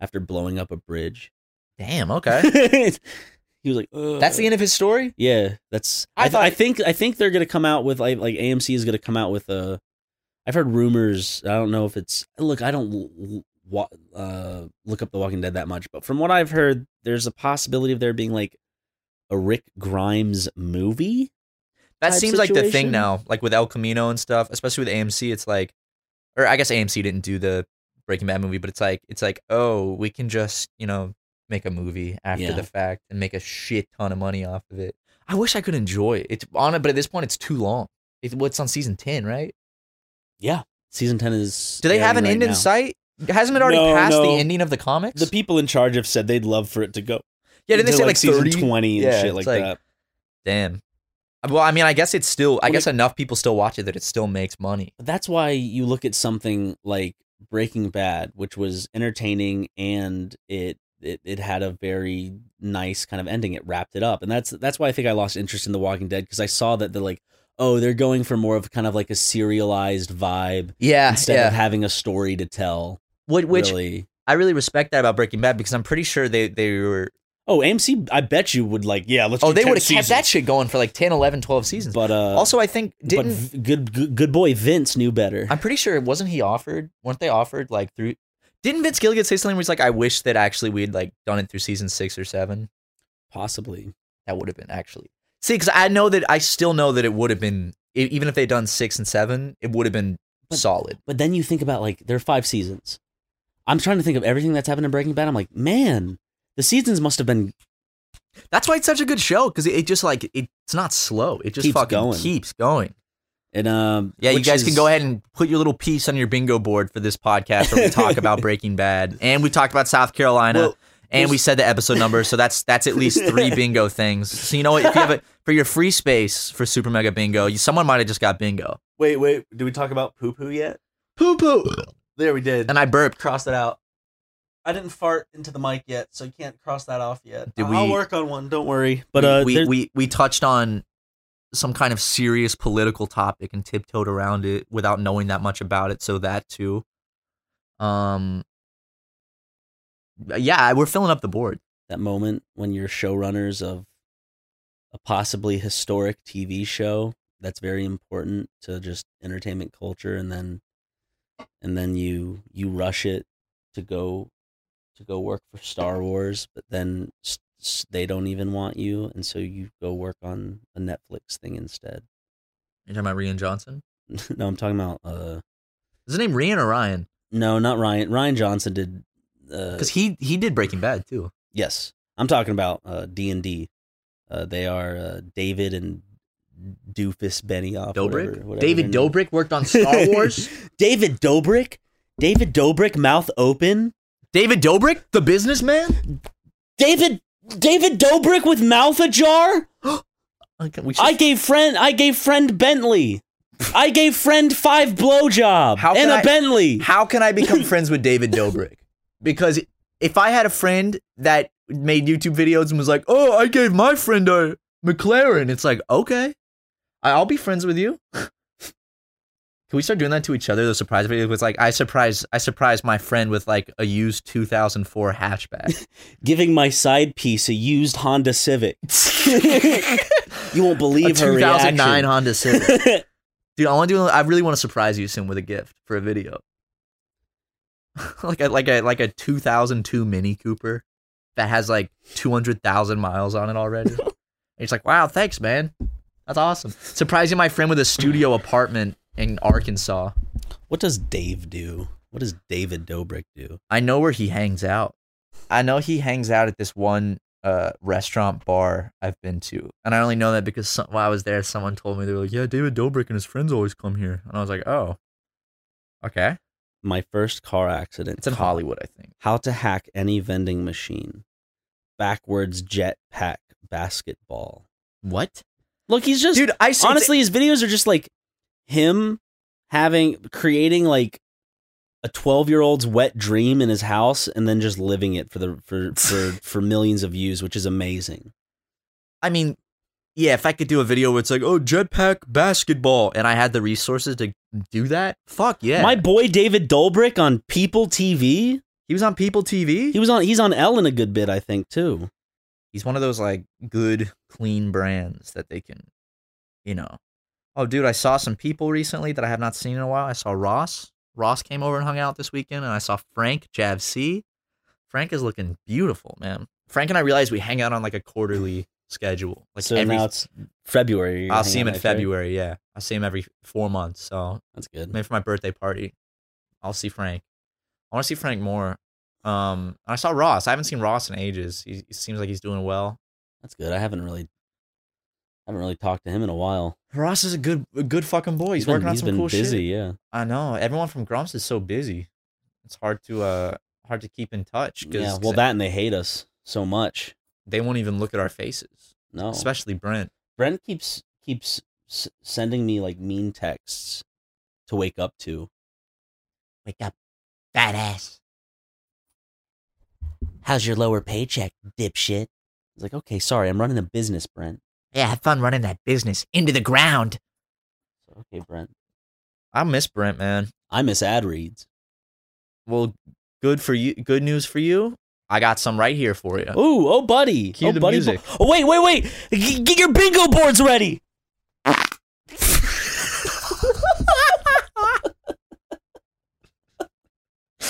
after blowing up a bridge. Damn. Okay. he was like, Ugh. That's the end of his story. Yeah, that's. I I, th- thought- I think I think they're gonna come out with like like AMC is gonna come out with a. I've heard rumors. I don't know if it's look. I don't l- l- wa- uh, look up The Walking Dead that much, but from what I've heard, there's a possibility of there being like a Rick Grimes movie. That type seems like the thing situation. now, like with El Camino and stuff, especially with AMC. It's like, or I guess AMC didn't do the Breaking Bad movie, but it's like, it's like, oh, we can just you know make a movie after Yeah. the fact and make a shit ton of money off of it. I wish I could enjoy it. It's on it, but at this point, it's too long. It, well, it's on season ten, right? Yeah, season ten is. Do they have an end airing right in now. sight? Hasn't it already No, passed the no. ending of the comics? The people in charge have said they'd love for it to go. yeah, didn't they to, say like, season 30? twenty and Yeah, shit it's like, like- that? Damn. Well, I mean, I guess it's still. I Well, guess enough people still watch it that it still makes money. that's why you look at something like Breaking Bad, which was entertaining and it it, it had a very nice kind of ending. It wrapped it up, and that's that's why I think I lost interest in The Walking Dead because I saw that they're like, oh, they're going for more of kind of like a serialized vibe Yeah, instead Uh, yeah. of having a story to tell. Which, which really. I really respect that about Breaking Bad because I'm pretty sure they they were Oh, AMC, I bet you would like. Yeah, let's. oh do they 10 would have kept that seasons. shit going for like 10, 11, 12 seasons. But uh, also, I think but didn't v- good, good good boy Vince knew better. I'm pretty sure wasn't he offered? weren't they offered like through? Didn't Vince Gilligan say something where he's like, "I wish that actually we'd like done it through season six or seven? Possibly. That would have been actually see because I know that I still know that it would have been e- even if they'd done six and seven, it would have been But- solid. But then you think about like there are five seasons. I'm trying to think of everything that's happened in Breaking Bad. I'm like, man, the seasons must have been That's why it's such a good show because it, it just like it, it's not slow. It just Keeps fucking going. keeps going. and um Yeah, you which guys is- can go ahead and put your little piece on your bingo board for this podcast where we talk about Breaking Bad and we talked about South Carolina Well, and we there's- said the episode number, so that's that's at least three bingo things. So you know what? If you have it for your free space for Super Mega Bingo, you, someone might have just got bingo. Wait, wait. Did we talk about poo poo yet? Poo poo. There we did. And I burped. cross that out. I didn't fart into the mic yet, so you can't cross that off yet. Did I'll we- work on one. Don't worry. But uh, we, there- we we touched on some kind of serious political topic and tiptoed around it without knowing that much about it. So that too. Um. uh, Yeah, we're filling up the board. that moment when you're showrunners of a possibly historic TV show that's very important to just entertainment culture, and then and then you you rush it to go to go work for Star Wars, but then s- s- they don't even want you, and so you go work on a Netflix thing instead. You're talking about Rian Johnson. no, I'm talking about uh, Is his name Rian or Ryan? no, not Ryan. Ryan Johnson did uh, Because he he did Breaking Bad too. Yes, I'm talking about uh, D and D. They are uh, David and Doofus Benioff. Dobrik. whatever- whatever David their name- Dobrik worked on Star Wars. David Dobrik. David Dobrik, mouth open. David Dobrik, the businessman. David David Dobrik with mouth ajar. Okay, we should- I gave friend. I gave friend Bentley. I gave friend five blowjob How and can a I- Bentley. How can I become friends with David Dobrik? Because if I had a friend that made YouTube videos and was like, "Oh, I gave my friend a McLaren," it's like, okay, I- I'll be friends with you. Can we start doing that to each other? Those surprise videos. It's like I surprise, I surprised my friend with like a used 2004 hatchback. Giving my side piece a used Honda Civic. you won't a believe her 2009 reaction. Honda Civic. Dude, I want to do. I really want to surprise you soon with a gift for a video. like a like a like a 2002 Mini Cooper that has like 200,000 miles on it already. And it's like, wow, thanks, man. That's awesome. Surprising my friend with a studio apartment in Arkansas. What does Dave do? What does David Dobrik do? I know where he hangs out. I know he hangs out at this one uh, restaurant bar I've been to, and I only know that because some, while I was there, someone told me they were like, "Yeah, David Dobrik and his friends always come here," and I was like, "Oh, okay." My first car accident. It's in Hollywood, I think. How to hack any vending machine. Backwards jetpack basketball. What, Look, he's just dude? I see- honestly, his videos are just like him having creating like a 12-year-old's wet dream in his house and then just living it for the for for, for millions of views, which is amazing. I mean, yeah. If I could do a video where it's like, "Oh, jetpack basketball," and I had the resources to do that, fuck yeah. My boy David Dobrik on People TV. he was on People TV. He was on he's on Ellen a good bit, I think, too. he's one of those like good clean brands that they can you know oh dude i saw some people recently that i have not seen in a while i saw ross ross came over and hung out this weekend and i saw frank jav c frank is looking beautiful man frank and i realized we hang out on like a quarterly schedule like so every now it's February. you're i'll hanging see him out in with, right? Mm. february yeah i see him every four months so That's good. maybe for my birthday party i'll see frank i want to see frank more um i saw ross i haven't seen ross in ages he, he seems like he's doing well That's good. I haven't really, haven't really talked to him in a while. Ross is a good a good fucking boy. He's, been, working on he's some been cool busy. shit. Yeah, I know. Everyone from Grumps is so busy. It's hard to uh hard to keep in touch because yeah. Well, that and they hate us so much. they won't even look at our faces. No, Especially Brent. Brent keeps keeps s- sending me like mean texts to wake up to. Wake up, badass. How's your lower paycheck, dipshit? It's like, okay, sorry, I'm running a business, Brent. Yeah, have fun running that business into the ground. So, okay, Brent. I miss Brent, man. I miss ad reads. Well, good for you. Good news for you. I got some right here for you. Ooh, oh, buddy. Cue oh, the buddy. music. oh, wait, wait, wait. G- get your bingo boards ready.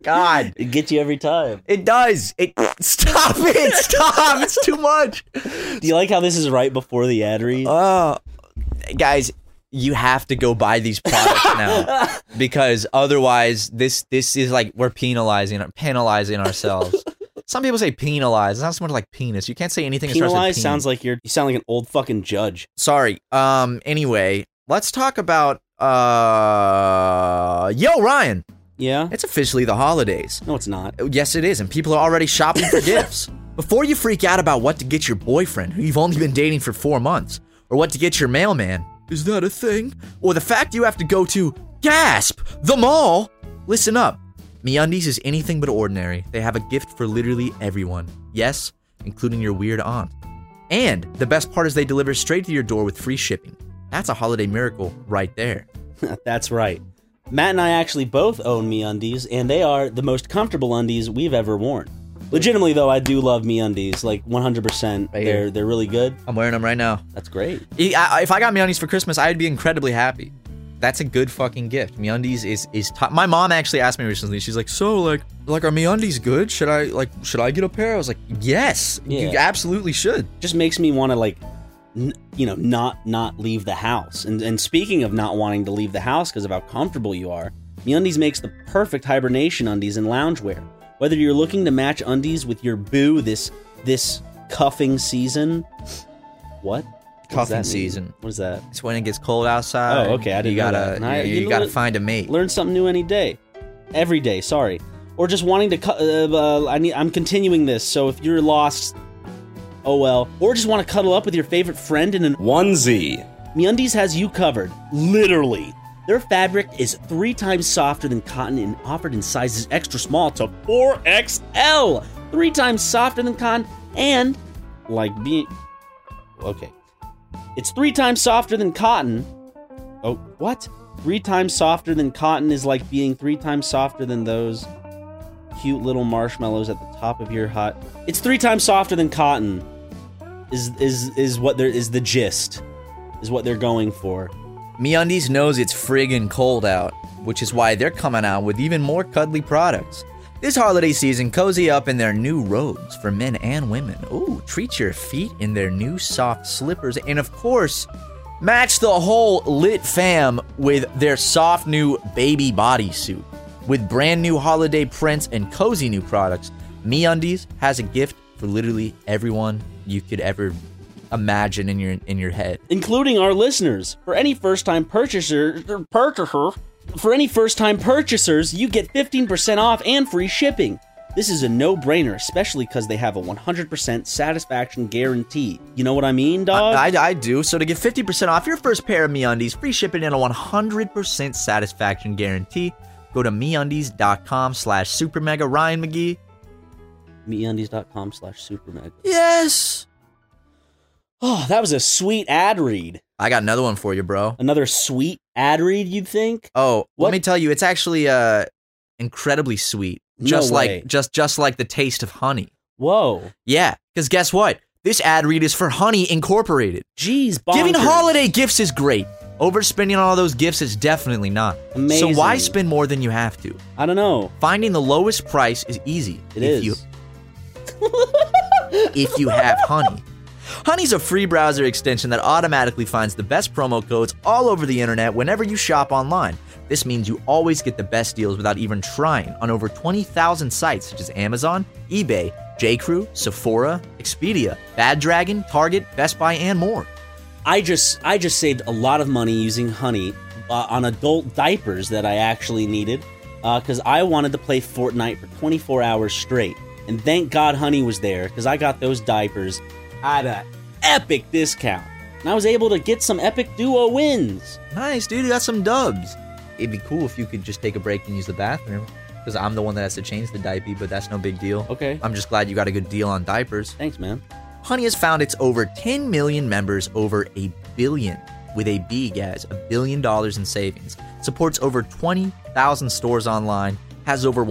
God. It gets you every time. It does. It stop it. Stop. It's too much. Do you like how this is right before the ad read? Oh, guys, you have to go buy these products now because otherwise, this this is like we're penalizing penalizing ourselves. Some people say penalize. It sounds so much like penis. You can't say anything. Penalize that sounds like you're you sound like an old fucking judge. Sorry. Um. Anyway, let's talk about uh. Yo, Ryan. Yeah? It's officially the holidays. No, it's not. Yes, it is, and people are already shopping for gifts. Before you freak out about what to get your boyfriend, who you've only been dating for four months, or what to get your mailman, is that a thing? Or the fact you have to go to, gasp, the mall, listen up. MeUndies is anything but ordinary. They have a gift for literally everyone. Yes, including your weird aunt. And the best part is they deliver straight to your door with free shipping. That's a holiday miracle right there. That's right. Matt and I actually both own me undies, and they are the most comfortable undies we've ever worn. Legitimately, though, I do love me undies, like 100%. Right here. they're, they're really good. I'm wearing them right now. That's great. I- I- If I got MeUndies for Christmas, I'd be incredibly happy. That's a good fucking gift. MeUndies is is top. My mom actually asked me recently. She's like, "So like like are MeUndies good? Should I like should I get a pair?" I was like, "Yes, you Yeah. absolutely should." Just makes me want to, like, n- you know, not not leave the house. And, and speaking of not wanting to leave the house because of how comfortable you are, MeUndies makes the perfect hibernation undies and loungewear. Whether you're looking to match undies with your boo this this cuffing season, what? What does Cuffing that mean? season. What is that? It's when it gets cold outside. Oh, okay, I didn't you know gotta that. And I- you, you you know gotta what? find a mate. learn something new any day every day sorry or just wanting to cu- uh, uh, i need i'm continuing this so if you're lost oh well or just want to cuddle up with your favorite friend in an onesie, meundies has you covered literally their fabric is three times softer than cotton and offered in sizes extra small to 4xl three times softer than cotton and like being okay it's three times softer than cotton Oh, what? Three times softer than cotton is like being three times softer than those cute little marshmallows at the top of your hut. It's three times softer than cotton. Is is is what there is the gist? Is what they're going for? MeUndies knows it's friggin' cold out, which is why they're coming out with even more cuddly products. This holiday season, cozy up in their new robes for men and women. Ooh, treat your feet in their new soft slippers, and of course, match the whole lit fam with their soft new baby bodysuit. With brand new holiday prints and cozy new products, MeUndies has a gift for literally everyone you could ever imagine in your in your head. including our listeners. For any first-time purchaser, er, purchaser, for any first-time purchasers, you get 15% off and free shipping. This is a no-brainer, especially because they have a 100% satisfaction guarantee. You know what I mean, dog? I, I, I do. So to get 50% off your first pair of MeUndies, free shipping and a 100% satisfaction guarantee, go to MeUndies.com slash Super Mega Ryan McGee. MeUndies.com slash supermega. Yes! Oh, that was a sweet ad read. I got another one for you, bro. Another sweet ad read, you'd think? Oh, What? let me tell you, it's actually uh incredibly sweet. No Just way. like just just like the taste of honey. Whoa. Yeah, because guess what? This ad read is for Honey Incorporated. Jeez, bonkers. Giving holiday gifts is great. Overspending on all those gifts is definitely not. Amazing. So why spend more than you have to? I don't know. Finding the lowest price is easy if It is. you if you have Honey. Honey's a free browser extension that automatically finds the best promo codes all over the internet whenever you shop online. This means you always get the best deals without even trying on over 20,000 sites such as Amazon, eBay, J.Crew, Sephora, Expedia, Bad Dragon, Target, Best Buy, and more. I just I just saved a lot of money using Honey uh, on adult diapers that I actually needed because I wanted to play Fortnite for 24 hours straight, and thank God Honey was there because I got those diapers at a epic discount, and I was able to get some epic duo wins. Nice, dude. You got some dubs. It'd be cool if you could just take a break and use the bathroom because I'm the one that has to change the diaper, but that's no big deal. Okay, I'm just glad you got a good deal on diapers. thanks, man. Honey has found its over 10 million members, over a billion with a B, guys, a billion dollars in savings. Supports over 20,000 stores online, has over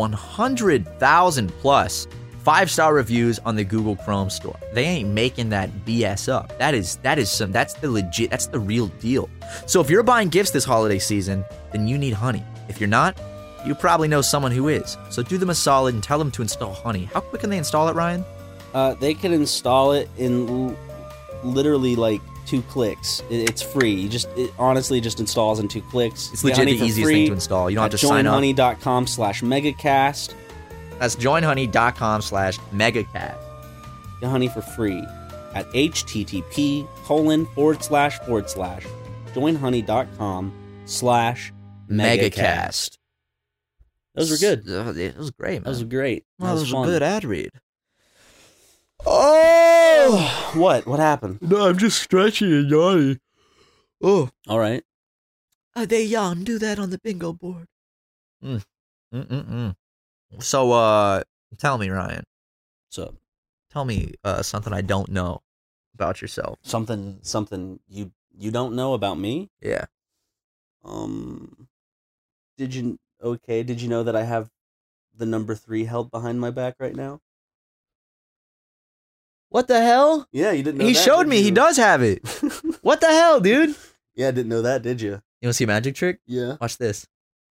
100,000 plus five-star reviews on the Google Chrome store. They ain't making that BS up. That is that is some that's the legit that's the real deal. So if you're buying gifts this holiday season, then you need Honey. If you're not, you probably know someone who is. So do them a solid and tell them to install Honey. How quick can they install it, Ryan? Uh, they can install it in l- literally like two clicks. It- it's free. You just it honestly just installs in two clicks. It's Get legit the Honey for easiest free thing to install. You don't have at to sign up. joinhoney.com slash megacast. That's joinhoney.com slash megacat. Get honey for free at http colon forward slash forward slash joinhoney.com slash Megacast. megacast. Those were good. It was great, man. That was great. Well, that was, fun. ad read. Oh Oh, what? What happened? no, I'm just stretching and yawning. Oh, All right. they yawn. Do that on the bingo board. Mm. Mm-mm-mm. So, uh, tell me, Ryan. So Tell me uh, something I don't know about yourself. something, something you you don't know about me. Yeah. Um, did you? Okay. Did you know that I have the number three held behind my back right now? What the hell? Yeah, you didn't. know he that, showed did me. He you? does have it. What the hell, dude? You yeah, I didn't know that. Did you? want to see a magic trick? Yeah. Watch this.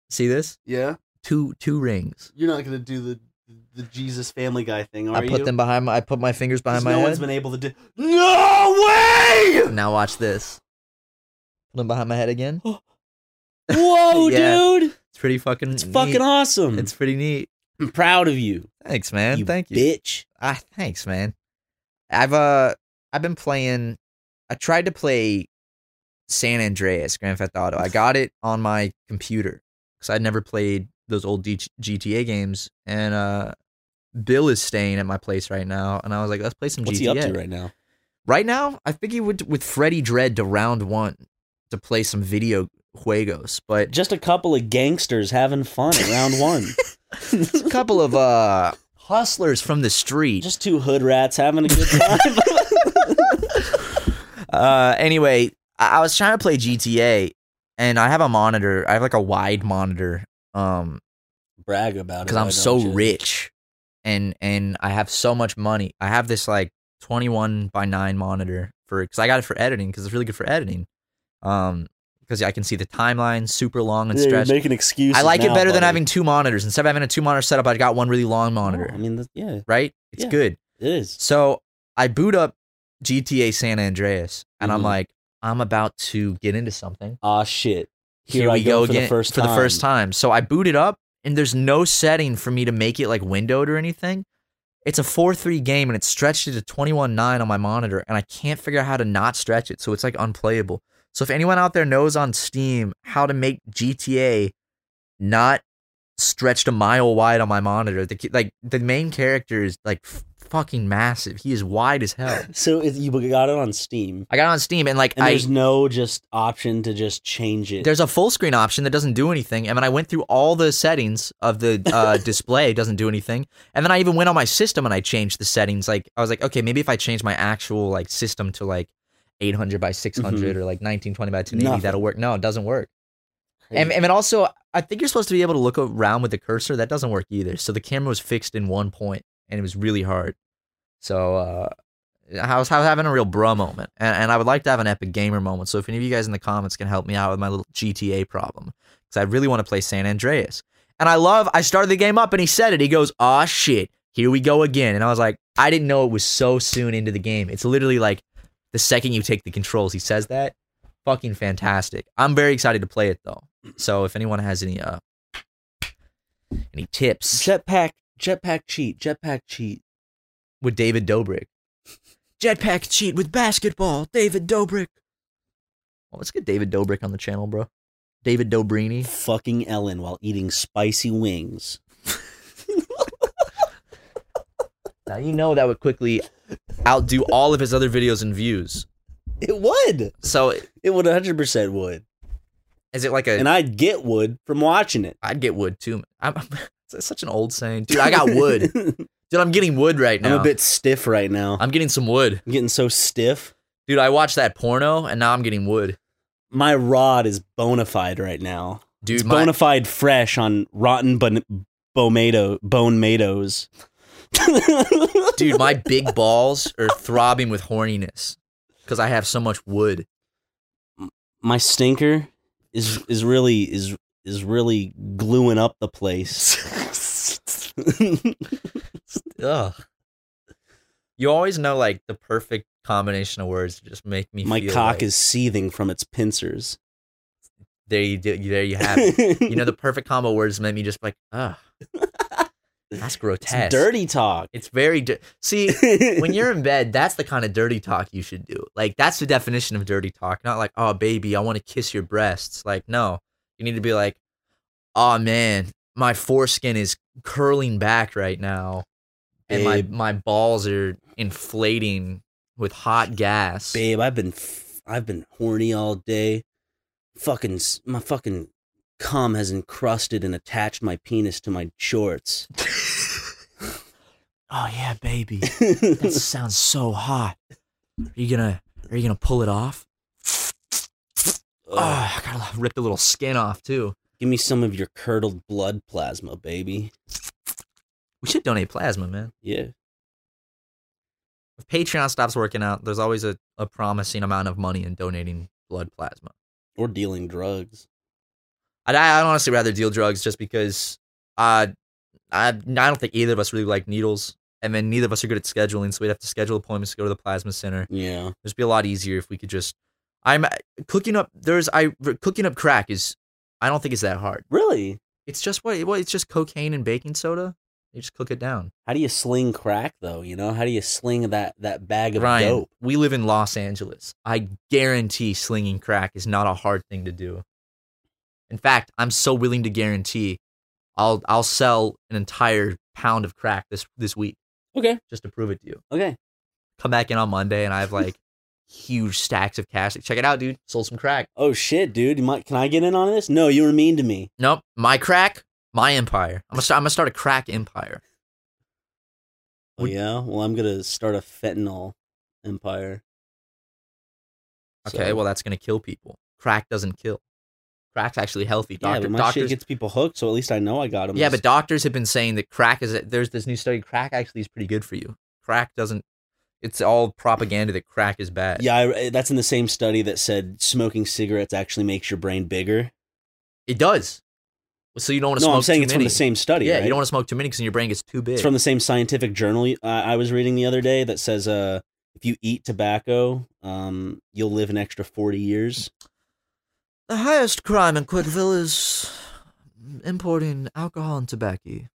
See this? Yeah. Two two rings. You're not gonna do the the Jesus Family Guy thing, are I put you? them behind my. I put my fingers 'Cause behind my no head. one's been able to do. No way! Now watch this. Put them behind my head again. Whoa, Yeah. dude! It's pretty fucking. It's neat. fucking awesome. It's pretty neat. I'm proud of you. Thanks, man. you Thank you. bitch. Ah, thanks, man. I've uh, I've been playing. I tried to play San Andreas Grand Theft Auto. I got it on my computer because I'd never played those old D- GTA games. And uh, Bill is staying at my place right now, and I was like, let's play some What's GTA. he up to right now? Right now, I think he would with Freddy Dread to round one to play some video juegos, but Just a couple of gangsters having fun at round one. a couple of uh hustlers from the street. Just two hood rats having a good time. Uh, anyway, I-, I was trying to play GTA, and I have a monitor. I have like a wide monitor, um, Brag about it. because why I'm so don't you? rich, and and I have so much money. I have this like 21 by 9 monitor for because I got it for editing because it's really good for editing, um, because I can see the timeline super long and Yeah, you're stretched. making excuses. I like it now, better than buddy. having two monitors. Instead of having a two monitor setup, I got one really long monitor. Oh, I mean, that's, yeah, right? It's Yeah. good. it is. So I boot up GTA San Andreas, and I'm Mhm. like, I'm about to get into something. Ah, shit. Here I go for the first for the first time. time. So I boot it up, and there's no setting for me to make it like windowed or anything. It's a four three game, and it's stretched it to twenty one nine on my monitor, and I can't figure out how to not stretch it. So it's like unplayable. So if anyone out there knows on Steam how to make GTA not stretched a mile wide on my monitor, the, ki- like the main character is like f- fucking massive. He is wide as hell. So it, you got it on Steam, I got it on Steam and like and I there's no just option to just change it. There's a full screen option that doesn't do anything. And then I went through all the settings of the uh, display, doesn't do anything. And then I even went on my system and I changed the settings. Like I was like, okay, maybe if I change my actual like system to like 800 by 600 or like 1920 by 1080, Nothing. that'll work. No, it doesn't work. And, and then also, I think you're supposed to be able to look around with the cursor. That doesn't work either. So the camera was fixed in one point, and it was really hard. So uh, I, was, I was having a real bruh moment, and, and I would like to have an epic gamer moment. So if any of you guys in the comments can help me out with my little GTA problem, because I really want to play San Andreas. And I love. I started the game up, and he said it. He goes, "Ah, shit, here we go again." And I was like, I didn't know it was so soon into the game. It's literally like the second you take the controls, he says that. Fucking fantastic. I'm very excited to play it though. So if anyone has any uh any tips jetpack, jetpack cheat, jetpack cheat. with David Dobrik. Jetpack cheat with basketball, David Dobrik. Well, let's get David Dobrik on the channel, bro. David Dobrini. Fucking Ellen while eating spicy wings. Now you know that would quickly outdo all of his other videos and views. It would. So It would 100 percent would, is it like a? and I'd get wood from watching it. would get wood too. I'm, that's such an old saying, dude. I got wood, dude. I'm getting wood right now. I'm a bit stiff right now. I'm getting some wood, I'm getting so stiff. dude. I watched that porno, and now I'm getting wood, My rod is bona fide right now. dude. it's my- bona fide fresh on rotten bon- bomato bone matos. dude my big balls are throbbing with horniness because i have so much wood my stinker is is really is is really gluing up the place. Ugh. you always know like the perfect combination of words to just make me my feel cock like- is seething from its pincers. there you do there you have it you know the perfect combo of words made me just like ugh that's it's grotesque dirty talk. it's very di- see when you're in bed, that's the kind of dirty talk you should do. Like that's the definition of dirty talk. Not like, oh baby, I want to kiss your breasts. Like, no. You need to be like, oh man, my foreskin is curling back right now, and my Babe. my balls are inflating with hot gas. babe. I've been f- I've been horny all day. Fucking s- my fucking cum has encrusted and attached my penis to my shorts. Oh yeah, baby. That sounds so hot. Are you gonna are you gonna pull it off? Oh, Ugh. I gotta like, rip the little skin off too. uh, Give me some of your curdled blood plasma, baby. We should donate plasma, man. Yeah. If Patreon stops working out, there's always a, a promising amount of money in donating blood plasma. Or dealing drugs. I'd, I'd honestly rather deal drugs just because uh, I I don't think either of us really like needles, and then neither of us are good at scheduling, so we'd have to schedule appointments to go to the plasma center. Yeah. It'd just be a lot easier if we could just. I'm cooking up. There's I cooking up crack is. I don't think it's that hard. Really? It's just what well, it's just cocaine and baking soda. You just cook it down. How do you sling crack though? You know, how do you sling that that bag of Ryan, dope? we live in Los Angeles. I guarantee slinging crack is not a hard thing to do. In fact, I'm so willing to guarantee I'll I'll sell an entire pound of crack this this week Okay. just to prove it to you. Okay. Come back in on Monday and I have like huge stacks of cash. Like, check it out, dude. Sold some crack. Oh shit, dude. You might, can I get in on this? No, you were mean to me. Nope, my crack, my empire. I'm gonna start, I'm gonna start a crack empire. Oh Would- yeah. Well, I'm gonna start a fentanyl empire. Okay, So- well that's gonna kill people. Crack doesn't kill. Crack's actually healthy. yeah, Doctor, but my doctors shit gets people hooked, so at least I know I got them. Yeah, but doctors have been saying that crack is there's this new study. Crack actually is pretty good for you. Crack doesn't. It's all propaganda that crack is bad. yeah, I, eh, that's in the same study that said smoking cigarettes actually makes your brain bigger. it does. So you don't want to No, smoke. I'm saying too it's many. from the same study. Yeah, right? you don't want to smoke too many because your brain gets too big. It's from the same scientific journal uh, I was reading the other day that says uh, if you eat tobacco, um, you'll live an extra forty years. the highest crime in Quidville is importing alcohol and tobacco.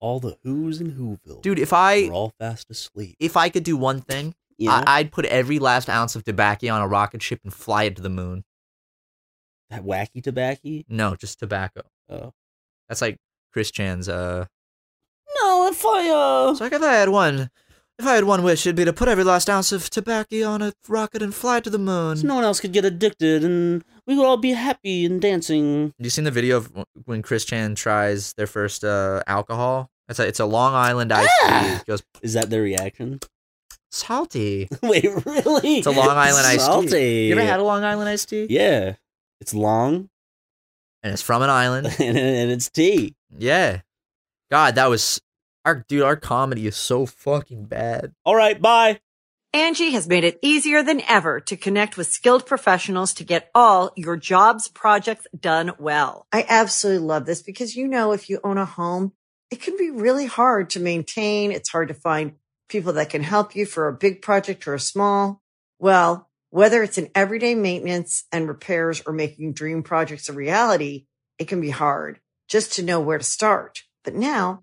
All the who's in Whoville, Dude, if I we're all fast asleep. if I could do one thing, Yeah, I, I'd put every last ounce of tobacco on a rocket ship and fly it to the moon. that wacky tobacco. No, just tobacco. Oh. That's like Chris Chan's uh No, if I uh, So like if I had one, if I had one wish, it'd be to put every last ounce of tobacco on a rocket and fly to the moon. so no one else could get addicted, and we would all be happy and dancing. you seen the video of when Chris Chan tries their first uh, alcohol? It's a it's a Long Island iced tea. Ah! It goes Is that their reaction? salty. Wait, really? It's a Long Island iced tea. Salty. You ever had a Long Island iced tea? Yeah, it's long And it's from an island. and, and it's tea. yeah. God, that was our dude. Our comedy is so fucking bad. All right, bye. Angie has made it easier than ever to connect with skilled professionals to get all your jobs projects done well. I absolutely love this because, you know, if you own a home, it can be really hard to maintain. It's hard to find people that can help you for a big project or a small. Well, whether it's in everyday maintenance and repairs or making dream projects a reality, it can be hard just to know where to start. But now